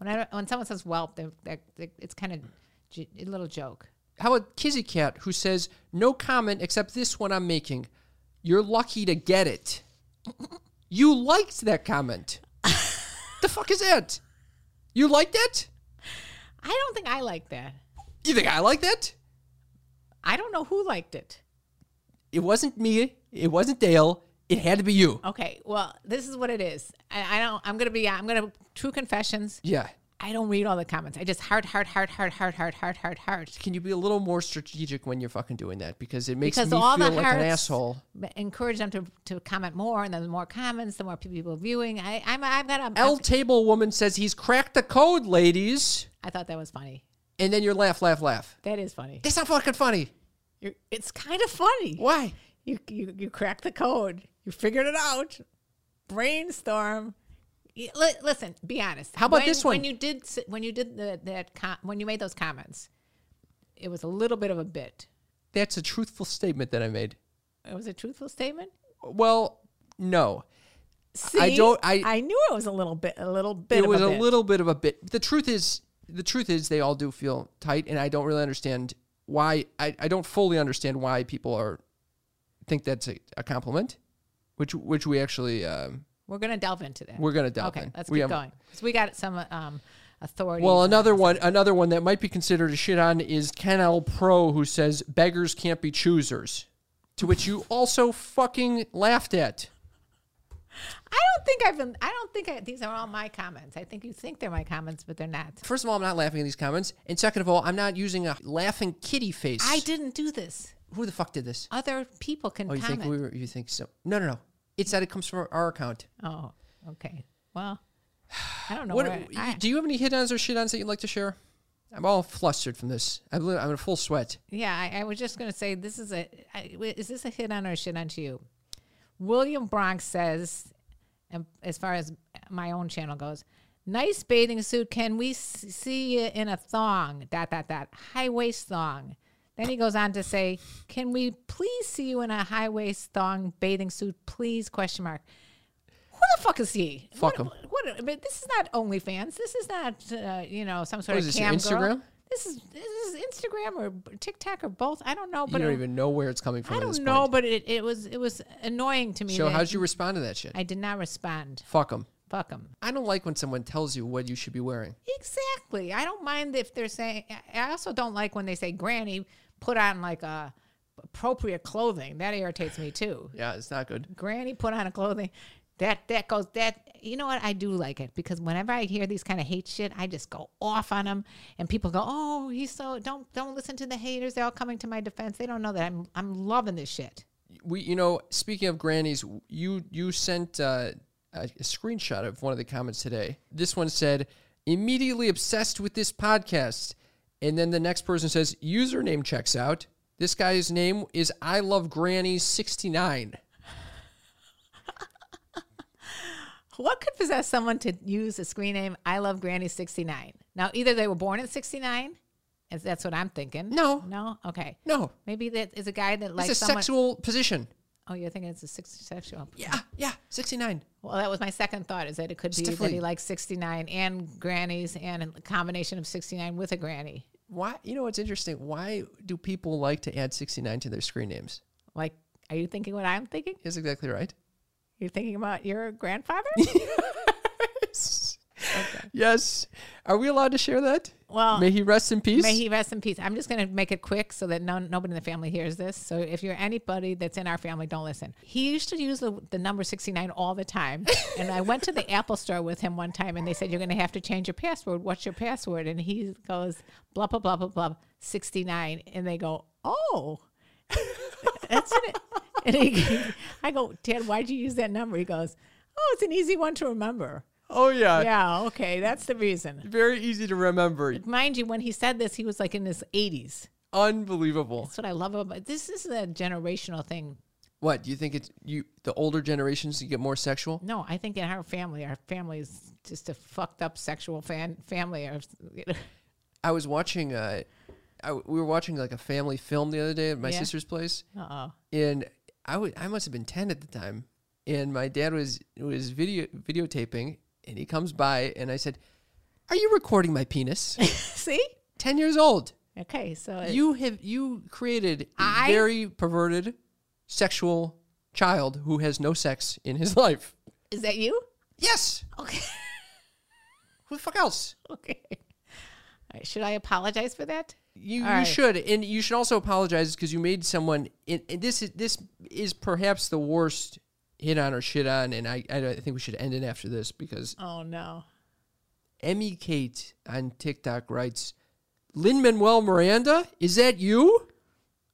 When I, when someone says whelp, they're, they're, they it's kind of j- a little joke.
How about Kizzy Cat, who says, No comment except this one I'm making. You're lucky to get it. You liked that comment. the fuck is that? You liked it?
I don't think I like that.
You think I liked it?
I don't know who liked it.
It wasn't me. It wasn't Dale. It had to be you.
Okay, well, this is what it is. I, I don't. I'm gonna be. I'm gonna true confessions.
Yeah.
I don't read all the comments. I just heart, heart, heart, heart, heart, heart, heart, heart, heart.
Can you be a little more strategic when you're fucking doing that? Because it makes
Because
me
all
feel
the
like
hearts
an asshole.
b- encourage them to, to comment more, and then the more comments, the more people viewing. I I'm, I've got a.
L Table Woman says he's cracked the code, ladies.
I thought that was funny.
And then you're laugh, laugh, laugh.
That is funny.
That's not fucking funny.
You're, it's kind of funny.
Why?
You, you you cracked the code. You figured it out. Brainstorm. Y- li- listen, be honest.
How about
When-
this one?
When you did s- when you did the, that com- when you made those comments, it was a little bit of a bit.
That's a truthful statement that I made.
It was a truthful statement.
Well, no.
See,
I don't- I-
knew it was a little bit. A little bit.
it
of
was a,
bit.
little bit of a bit. The truth is, the truth is, they all do feel tight, and I don't really understand why. I, I don't fully understand why people are think that's a, a compliment, which which we actually um,
We're gonna delve into that.
we're gonna delve
okay,
in.
let's
We
keep
have-
going. 'Cause we got some um, authority.
Well, uh, another one, another one that might be considered a shit on is Ken L. Pro, who says beggars can't be choosers, to which you also fucking laughed at.
I don't think I've been. I don't think I, these are all my comments. I think you think they're my comments, but they're not.
First of all, I'm not laughing at these comments, and second of all, I'm not using a laughing kitty face.
I didn't do this.
Who the fuck did this?
Other people can
Oh, you
comment.
think we were, you think so? No, no, no. It's that it comes from our account.
oh, okay. Well, I don't know.
What
where, I,
do you have any hit ons or shit ons that you'd like to share? I'm all flustered from this. I'm, li- I'm in a full sweat.
yeah, I, I was just gonna say this is a. I, w- is this a hit on or a shit on to you? William Bronx says, and as far as my own channel goes, nice bathing suit. Can we s- see you in a thong? Dot dot dot. High waist thong. Then he goes on to say, "Can we please see you in a high waist thong bathing suit, please?" Question mark. Who the fuck is he?
Fuck
What-
'em.
What? But this is not OnlyFans. This is not uh, you know some sort
What
of
is this,
cam girl.
Instagram?
This is this is Instagram or b- TikTok or both. I don't know.
You
But
don't
it-
even know where it's coming from.
I
at this
don't know.
point.
But it, it was it was annoying to me.
So,
that
how'd you respond to that shit?
I did not respond.
Fuck them.
Fuck them.
I don't like when someone tells you what you should be wearing.
Exactly. I don't mind if they're saying. I- I also don't like when they say, "Granny, put on like a appropriate clothing." That irritates me too.
Yeah, it's not good.
Granny put on a clothing. That that goes that you know what I do like it because whenever I hear these kind of hate shit I just go off on them and people go oh he's so don't don't listen to the haters they're all coming to my defense they don't know that I'm I'm loving this shit
We, you know, speaking of grannies, you you sent uh, a, a screenshot of one of the comments today. This one said, "Immediately obsessed with this podcast," and then the next person says, "Username checks out." This guy's name is I love Granny sixty nine.
What could possess someone to use the screen name I Love Granny 69? Now, either they were born in 69, and that's what I'm thinking.
No.
No? Okay.
No,
Maybe that is a guy that likes
it's a
someone.
sexual position.
oh, you're thinking it's a sex- sexual.
Yeah, yeah, sixty nine.
Well, that was my second thought is that it could be that
definitely-
he likes 69 and grannies and a combination of 69 with a granny.
Why? You know what's interesting? Why do people like to add sixty nine to their screen names?
Like, are you thinking what I'm thinking?
Is exactly right.
You're thinking about your grandfather?
Yes. Are we allowed to share that?
Well,
May he rest in peace.
May he rest in peace. I'm just going to make it quick so that no, nobody in the family hears this. So if you're anybody that's in our family, don't listen. He used to use the, the number 69 all the time. And I went to the Apple store with him one time and they said, You're going to have to change your password. What's your password? And he goes, blah, blah, blah, blah, blah, 69. And they go, Oh, that's it. And he, I go, Dad, why'd you use that number? He goes, Oh, it's an easy one to remember.
oh yeah.
Yeah, okay, that's the reason.
Very easy to remember.
Mind you, when he said this, he was like in his 80s.
Unbelievable.
That's what I love about this. Is a generational thing.
What do you think? It's you. The older generations you get more sexual.
No, I think in our family, our family is just a fucked up sexual fan family. Or
I was watching. Uh, I, we were watching like a family film the other day at my
Yeah.
sister's place,
uh oh,
and I wa- I must have been ten at the time, and my dad was was video videotaping, and he comes by, and I said, "Are you recording my penis?
see,
ten years old.
okay, so it-
You have you created a
Uh, I-
very perverted, sexual child who has no sex in his life.
is that you?
Yes.
Okay,
Who the fuck else?
okay. All right, should I apologize for that?
You, you
All right.
should, and you should also apologize because you made someone. And, and this is this is perhaps the worst hit on or shit on, and I I don't- I think we should end it after this because
Oh no,
Emmy Kate on TikTok writes, Lin Manuel Miranda, is that you?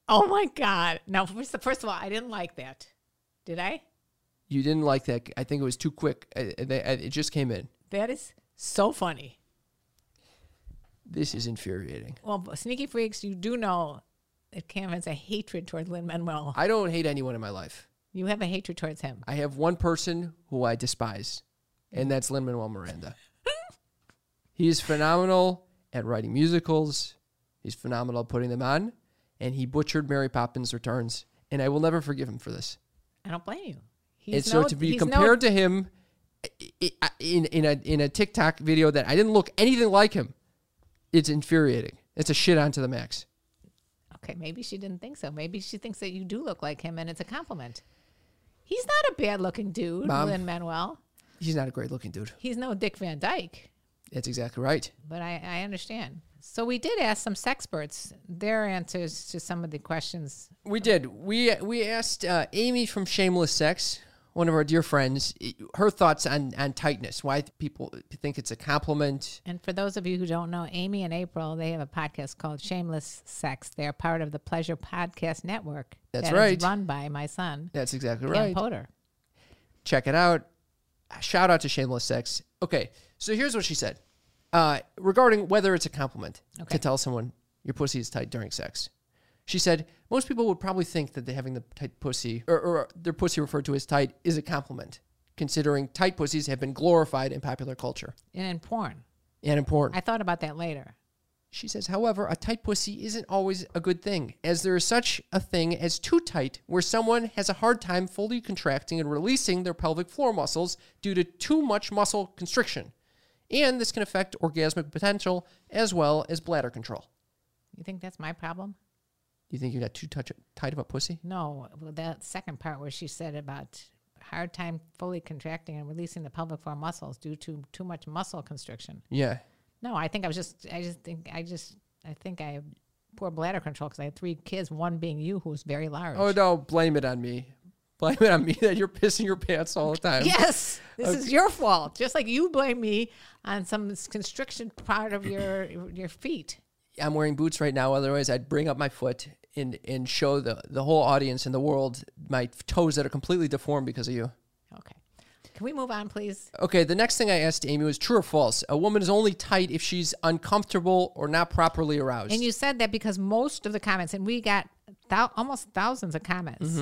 oh my god. Now, first, first of all, I didn't like that. Did I?
You didn't like that. I think it was too quick. I, I, I- it just came in.
That is so funny.
This is infuriating.
Well, but sneaky freaks, you do know that Cam has a hatred toward Lin Manuel.
I don't hate anyone in my life.
You have a hatred towards him.
I have one person who I despise, and that's Lin Manuel Miranda. he is phenomenal at writing musicals, he's phenomenal at putting them on, and he butchered Mary Poppins Returns, and I will never forgive him for this.
I don't blame you. He's
and so
no-
to be
he's no-
compared to him i- i- in in a in a TikTok video that I didn't look anything like him, it's infuriating. It's a shit on to the max.
Okay, maybe she didn't think so. Maybe she thinks that you do look like him and it's a compliment. He's not a bad looking dude,
Mom.
Lin Manuel.
He's not a great looking dude.
He's no Dick Van Dyke,
That's exactly right.
but I, I understand. So we did ask some sexperts their answers to some of the questions.
We did. We we asked uh, Amy from Shameless Sex, one of our dear friends, i- her thoughts on on tightness. Why people think it's a compliment.
And for those of you who don't know, Amy and April, they have a podcast called Shameless Sex. They are part of the Pleasure Podcast Network.
That's
that is
right.
run by my son,
That's exactly
Cam
right.
Potter.
check it out. Shout out to Shameless Sex. Okay, so here's what she said uh, regarding whether it's a compliment to tell someone your pussy is tight during sex. She said most people would probably think that they having the tight pussy or, or their pussy referred to as tight is a compliment, considering tight pussies have been glorified in popular culture
And in porn.
and important.
I thought about that later.
She says, however, a tight pussy isn't always a good thing, as there is such a thing as too tight, where someone has a hard time fully contracting and releasing their pelvic floor muscles due to too much muscle constriction. And this can affect orgasmic potential as well as bladder control.
You think that's my problem?
You think you got too touch- tight of a pussy?
No, well, that second part where she said about hard time fully contracting and releasing the pelvic floor muscles due to too much muscle constriction.
Yeah.
No, I think I was just, I just think, I just, I think I have poor bladder control because I had three kids, one being you who was very large.
Oh, no, blame it on me. Blame it on me that you're pissing your pants all the time.
Yes, this is your fault. Just like you blame me on some s- constriction part of your your feet.
I'm wearing boots right now. Otherwise, I'd bring up my foot and and show the the whole audience and the world my toes that are completely deformed because of you.
Okay, can we move on, please?
Okay, the next thing I asked Amy was true or false. A woman is only tight if she's uncomfortable or not properly aroused. Mm-hmm.
And you said that because most of the comments, and we got thou- almost thousands of comments,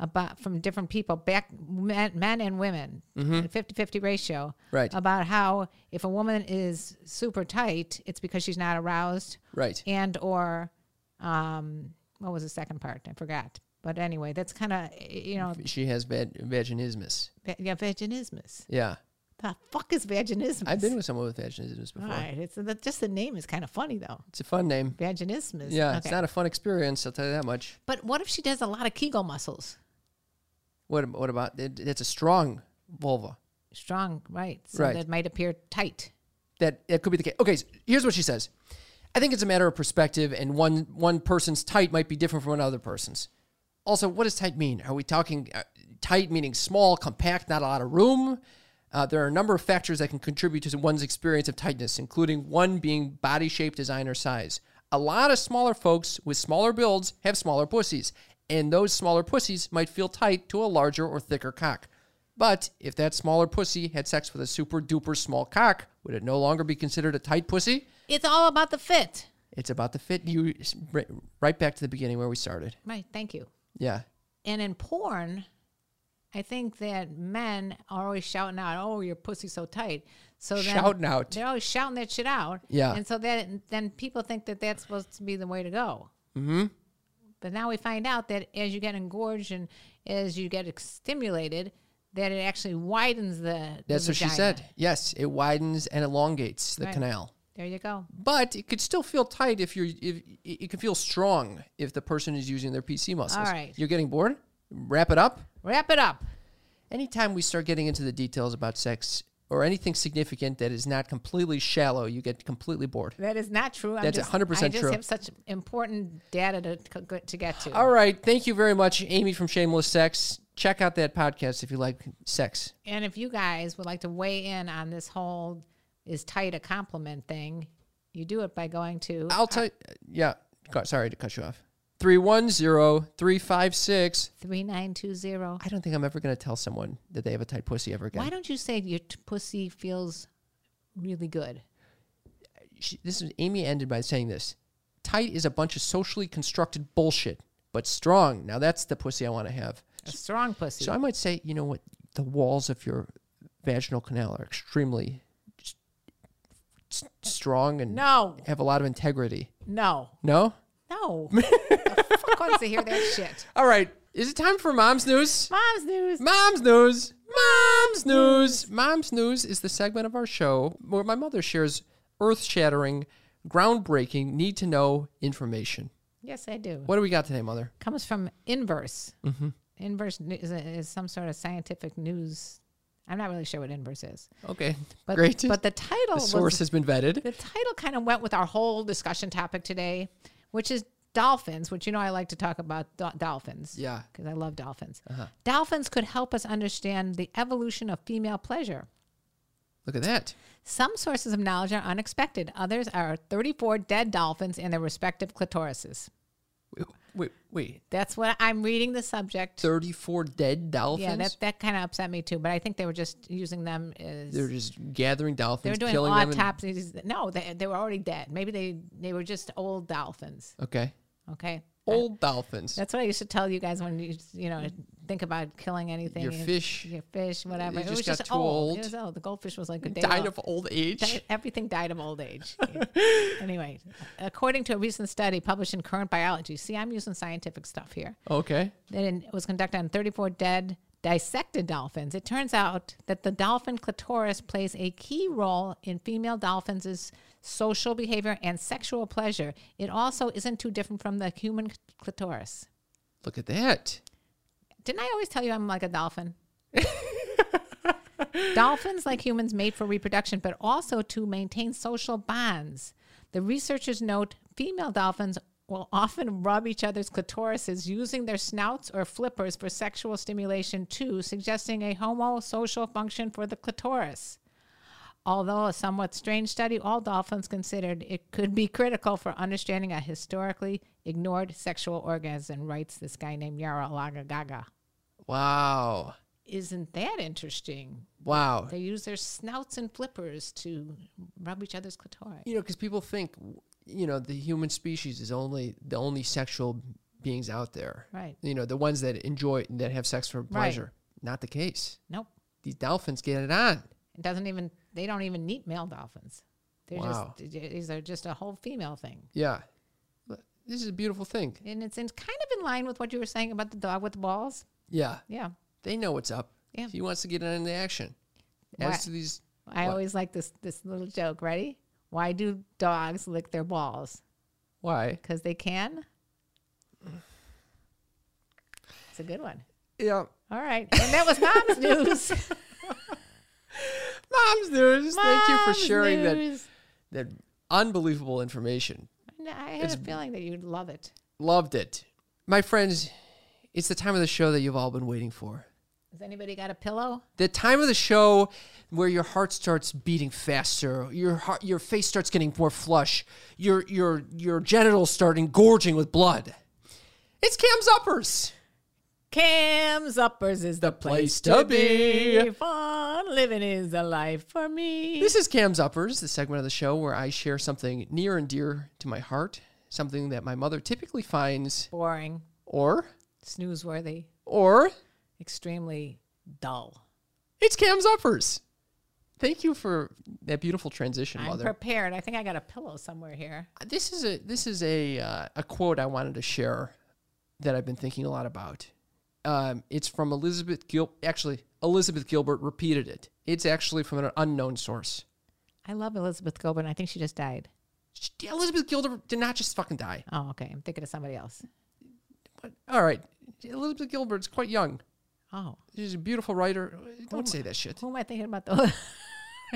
about from different people back men, men and women 50-50 ratio
Mm-hmm. Right.
about how if a woman is super tight it's because she's not aroused
Right.
and or um what was the second part i forgot but anyway that's kind of you know
She has bad vaginismus.
va- yeah vaginismus
Yeah.
the fuck is vaginismus
I've been with someone with vaginismus
all
before.
right it's that- just the name is kind of funny though
It's a fun name.
vaginismus
Yeah, it's
Okay.
not a fun experience. I'll tell you that much.
but what if she does a lot of kegel muscles
What? ab- What about? It, it's a strong vulva.
strong right so
Right.
that might appear tight
That that could be the case. Okay, so here's what she says. I think it's a matter of perspective, and one one person's tight might be different from another person's. Also, what does tight mean? Are we talking uh, tight meaning small, compact, not a lot of room? Uh, there are a number of factors that can contribute to one's experience of tightness, including one being body shape, design, or size. A lot of smaller folks with smaller builds have smaller pussies, and those smaller pussies might feel tight to a larger or thicker cock. But if that smaller pussy had sex with a super duper small cock, would it no longer be considered a tight pussy?
it's all about the fit
It's about the fit. You right- right back to the beginning where we started.
right thank you
Yeah.
and in porn, I think that men are always shouting out, "Oh, your pussy's so tight." So then
Shouting out.
they're always shouting that shit out.
Yeah.
and so then then people think that that's supposed to be the way to go. Mm-hmm. But now we find out that as you get engorged and as you get ex- stimulated, that it actually widens the. the
That's what she
vagina.
said. Yes, it widens and elongates the
Right.
canal.
There you go.
But it could still feel tight if you're if it could feel strong if the person is using their PC muscles.
All right.
You're getting bored? Wrap it up.
Wrap it up.
Anytime we start getting into the details about sex or anything significant that is not completely shallow, you get completely bored.
That is not true. I'm
That's
just,
100%
I just
true.
have such important data to to get to.
All right. Thank you very much, Amy from Shameless Sex. Check out that podcast if you like sex.
And if you guys would like to weigh in on this whole is tight a compliment thing, you do it by going to
I'll tell you. Yeah. God, Sorry to cut you off. 310 356
3920.
I don't think I'm ever going to tell someone that they have a tight pussy ever again.
Why don't you say your t- pussy feels really good?
She, this is Amy ended by saying this. Tight is a bunch of socially constructed bullshit, but strong. Now that's the pussy I want to have.
A strong pussy.
So I might say, you know what? The walls of your vaginal canal are extremely s- s- strong and
no,
have a lot of integrity.
no,
No?
no. The fuck wants to hear that shit?
All right. Is it time for mom's news?
Mom's news.
Mom's news. Mom's news. Mom's news is the segment of our show where my mother shares earth-shattering, groundbreaking, need-to-know information.
Yes, I do.
What do we got today, mother?
Comes from Inverse.
Mm-hmm.
Inverse n- is, a, is some sort of scientific news. I'm not really sure what Inverse is.
Okay,
But,
great.
But the title
the
was
source has been vetted.
The title kind of went with our whole discussion topic today, which is dolphins, which you know I like to talk about do- dolphins.
Yeah. Uh-huh.
Because I love dolphins. Dolphins could help us understand the evolution of female pleasure.
Look at that.
Some sources of knowledge are unexpected, others are 34 dead dolphins and their respective clitorises.
Wait, wait, wait.
That's what I'm reading the subject.
Thirty-four dead dolphins.
yeah, that, that kind of upset me too, but I think they were just using them as.
They're just gathering
they were
dolphins,
doing
killing them. and-
autopsies. No, they, they were already dead. Maybe they, they were just old dolphins.
okay,
Okay.
old dolphins.
That's what I used to tell you guys when you you know think about killing anything.
Your
you-
fish.
your fish, whatever.
It
It,
just
was
got
just
too
old.
old.
It was old. The goldfish was like a day
Died
old.
of old age.
Di- everything died of old age. anyway, according to a recent study published in Current Biology, see, I'm using scientific stuff here.
Okay.
Then it was conducted on 34 dead dissected dolphins. It turns out that the dolphin clitoris plays a key role in female dolphins' social behavior and sexual pleasure. It also isn't too different from the human cl- clitoris.
Look at that.
Didn't I always tell you I'm like a dolphin? Dolphins, like humans, mate for reproduction, but also to maintain social bonds. The researchers note female dolphins will often rub each other's clitorises using their snouts or flippers for sexual stimulation, too, suggesting a homosocial function for the clitoris. Although a somewhat strange study, all dolphins considered, it could be critical for understanding a historically ignored sexual orgasm, writes this guy named Yara Lagagaga.
Wow.
Isn't that interesting?
Wow.
They use their snouts and flippers to rub each other's clitoris.
You know, because people think, you know, the human species is only the only sexual beings out there.
Right.
You know, the ones that enjoy that have sex for pleasure. Not the case.
Nope.
These dolphins get it on.
It doesn't even, they don't even need male dolphins. They're
Wow.
just, these are just a whole female thing.
Yeah. But This is a beautiful thing.
And it's in, kind of in line with what you were saying about the dog with the balls.
Yeah.
Yeah.
They know what's up.
Yeah.
He wants to get in on the action. As
Why-
to these
I always like this, this little joke. Ready? Why do dogs lick their balls?
why?
Because they can? It's a good one.
Yeah.
All right. And that was mom's news.
Mom's news. Thank you for
Mom's
sharing
news.
that that unbelievable information.
No, I had a feeling that you'd love it.
Loved it. My friends, it's the time of the show that you've all been waiting for.
Has anybody got a pillow?
the time of the show where your heart starts beating faster, your heart, your face starts getting more flush, your your your genitals start engorging with blood. It's Cam's uppers.
Cam's Uppers is the
place
place
to
to be. Fun living is the life for me.
This is Cam's uppers, the segment of the show where I share something near and dear to my heart, something that my mother typically finds
boring,
or
snoozeworthy,
or
extremely dull.
it's Cam's uppers. Thank you for that beautiful transition,
I'm
mother.
prepared. I think I got a pillow somewhere here.
this is a this is a uh, a quote I wanted to share that I've been thinking a lot about. Um, it's from Elizabeth Gil. Actually, Elizabeth Gilbert repeated it. It's actually from an unknown source.
I love Elizabeth Gilbert. I think she just died.
She- Elizabeth Gilbert did not just fucking die.
Oh, okay. I'm thinking of somebody else.
But, all right, Elizabeth Gilbert's quite young.
Oh,
She's a beautiful writer. Don't say that shit.
who am I thinking about? Though?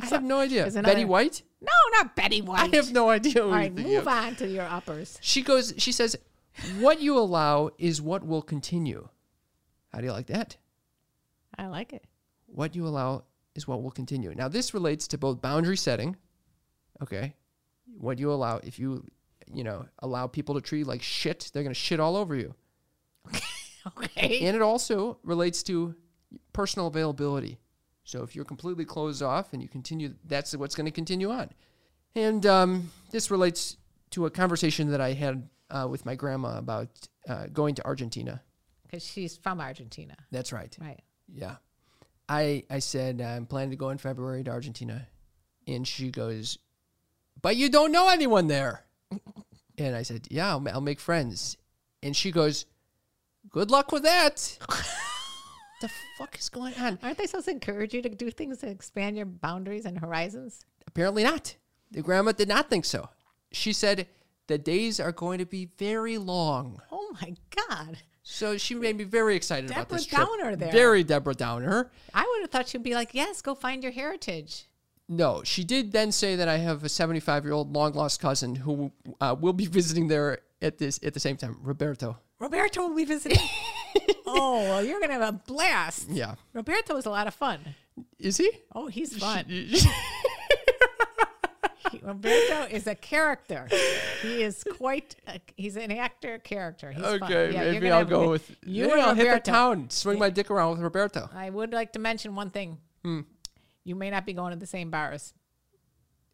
I have no idea.
There's
Betty
another-
White.
no, not Betty White.
I have no idea. Who
All
you're
right,
thinking
move
of.
on to your uppers.
She goes. She says, "What you allow is what will continue." How do you like that?
I like it.
what you allow is what will continue. Now, this relates to both boundary setting, okay? What you allow, if you, you know, allow people to treat you like shit, they're going to shit all over you.
Okay.
And it also relates to personal availability. So if you're completely closed off and you continue, that's what's going to continue on. And um, this relates to a conversation that I had uh, with my grandma about uh, going to Argentina.
Because she's from Argentina.
That's right.
Right.
Yeah. I I said I'm planning to go in February to Argentina, and she goes, "But you don't know anyone there." and I said, "Yeah, I'll, ma- I'll make friends." And she goes, "Good luck with that." the fuck is going on?
Aren't they supposed to encourage you to do things to expand your boundaries and horizons?
Apparently not. The grandma did not think so. She said the days are going to be very long.
Oh my God.
So she made me very excited about
Deborah
this trip.
Downer there.
Very Deborah Downer.
I would have thought you'd be like, yes, go find your heritage.
No, she did then say that I have a 75 year old long lost cousin who uh, will be visiting there at this at the same time. Roberto.
Roberto will be visiting. oh, well, you're going to have a blast.
Yeah,
Roberto was a lot of fun.
is he?
Oh, he's fun. He- Roberto is a character. He is quite, a, he's an actor character. He's fun.
okay,
Yeah, you're
maybe
gonna
I'll
have a
go
good-
with
you
Maybe
and
I'll hit the
Roberto.
town, swing my dick around with Roberto.
I would like to mention one thing.
Hmm.
You may not be going to the same bars.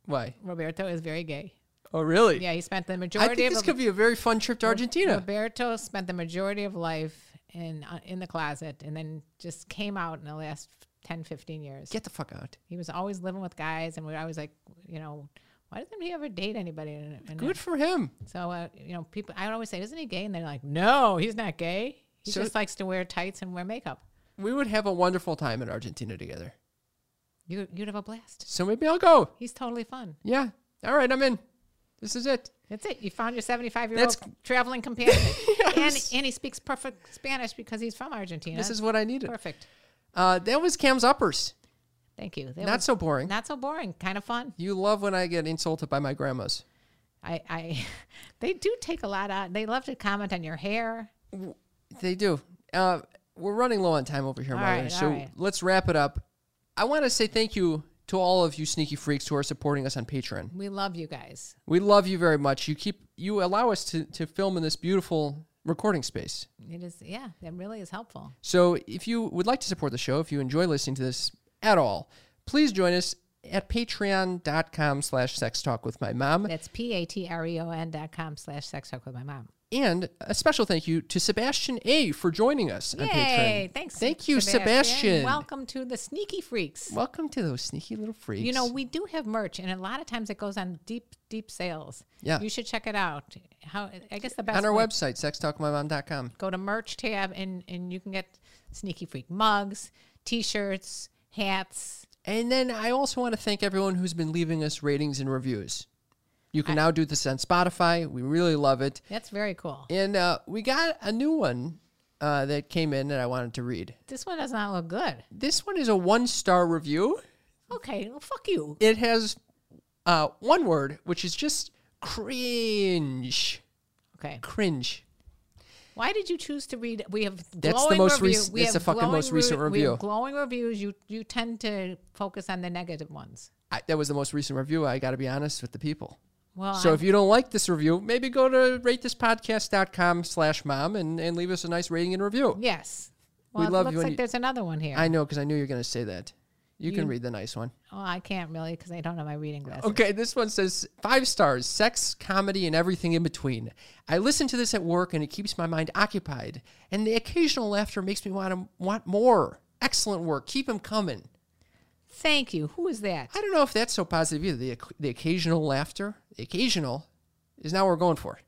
Why?
Roberto is very gay.
Oh, really?
Yeah, he spent the
I
majority
think
of
this could be a very fun trip to Argentina.
Roberto spent the majority of life in uh, in the closet and then just came out in the last 10 15 years.
Get the fuck out.
He was always living with guys and we were always like, you know, why doesn't he ever date anybody? And, and
Good for him.
So, uh, you know, people I would always say, "Isn't he gay?" and they're like, "No, he's not gay. He
So-
just likes to wear tights and wear makeup."
We would have a wonderful time in Argentina together.
You you'd have a blast.
So maybe I'll go.
He's totally fun.
Yeah. All right, I'm in. This is it.
That's it. You found your 75 year old
That's-
traveling companion. and,
Yes.
and he speaks perfect Spanish because he's from Argentina.
This is what I needed.
perfect.
Uh, that was Cam's uppers.
Thank you. That
Not
was
so boring.
Not so boring. Kind of fun.
You love when I get insulted by my grandmas.
I, I they do take a lot out. They love to comment on your hair.
They do. Uh, we're running low on time over here,
All
Mother.
right,
so
all right.
let's wrap it up. I want to say thank you to all of you sneaky freaks who are supporting us on Patreon.
We love you guys.
We love you very much. You keep you allow us to to film in this beautiful recording space.
It is yeah, that really is helpful.
So if you would like to support the show, if you enjoy listening to this at all, please join us at patreon.com slash sex talk with my mom.
That's P A T R E O N dot com slash sex talk with my mom.
And a special thank you to Sebastian A for joining us on
Yay.
Patreon.
Thanks.
Thank you, Sebastian.
Welcome to the Sneaky Freaks.
Welcome to those sneaky little freaks.
You know, we do have merch, and a lot of times it goes on deep, deep sales.
Yeah.
You should check it out. How I guess the best
on our
way-
website, sextalkmymom.com.
Go to merch tab, and and you can get Sneaky Freak mugs, T-shirts, hats.
And then I also want to thank everyone who's been leaving us ratings and reviews. You can now do this on Spotify. We really love it.
That's very cool.
And uh, we got a new one uh, that came in that I wanted to read.
This one does not look good.
This one is a one star review.
Okay, well, fuck you.
It has uh, one word, which is just cringe.
Okay.
Cringe.
Why did you choose to read? We have
That's the
glowing
most
review-
rec-
we
that's
have
the fucking
glowing
most recent
re- we have
review.
glowing reviews. You you tend to focus on the negative ones.
I, that was the most recent review. I got to be honest with the people.
Well,
So
I'm-
if you don't like this review, maybe go to ratethispodcast.com slash mom and, and leave us a nice rating and review.
yes, well, it
love
looks
when
like
you-
there's another one here.
I know because I knew you were going to say that. You, can
You-
read the nice one.
oh, I can't really because I don't have my reading glasses.
Okay, this one says five stars, sex, comedy, and everything in between. I listen to this at work and it keeps my mind occupied. And the occasional laughter makes me want to want more. Excellent work. Keep them coming.
Thank you. Who is that?
I don't know if that's so positive either. The, oc- the occasional laughter, the occasional, is now we're going for.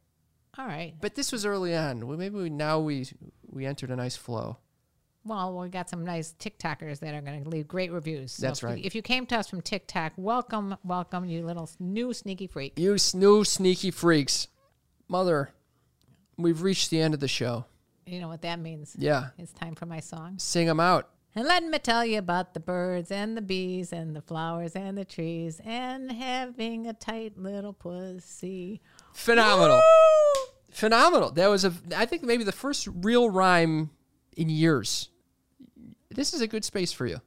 All right.
But this was early on. Well, maybe we, now we we entered a nice flow.
Well, we got some nice TikTokers that are going to leave great reviews. So
That's
if you-
right.
if you came to us from TikTok, welcome, welcome, you little s- new sneaky freak.
You s- new sneaky freaks, mother, we've reached the end of the show.
You know what that means?
Yeah,
It's time for my song.
sing them out.
And let me tell you about the birds and the bees and the flowers and the trees and having a tight little pussy.
Phenomenal. Phenomenal. That was a I think maybe the first real rhyme in years. This is a good space for you.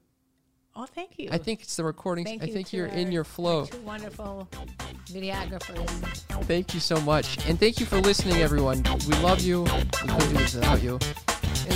Oh, thank you.
I think it's the recording.
Thank
I
you
think
to
you're in
our-
your
our
flow.
Two wonderful videographers.
Thank you so much. And thank you for listening everyone. We love you. We couldn't do this without you. And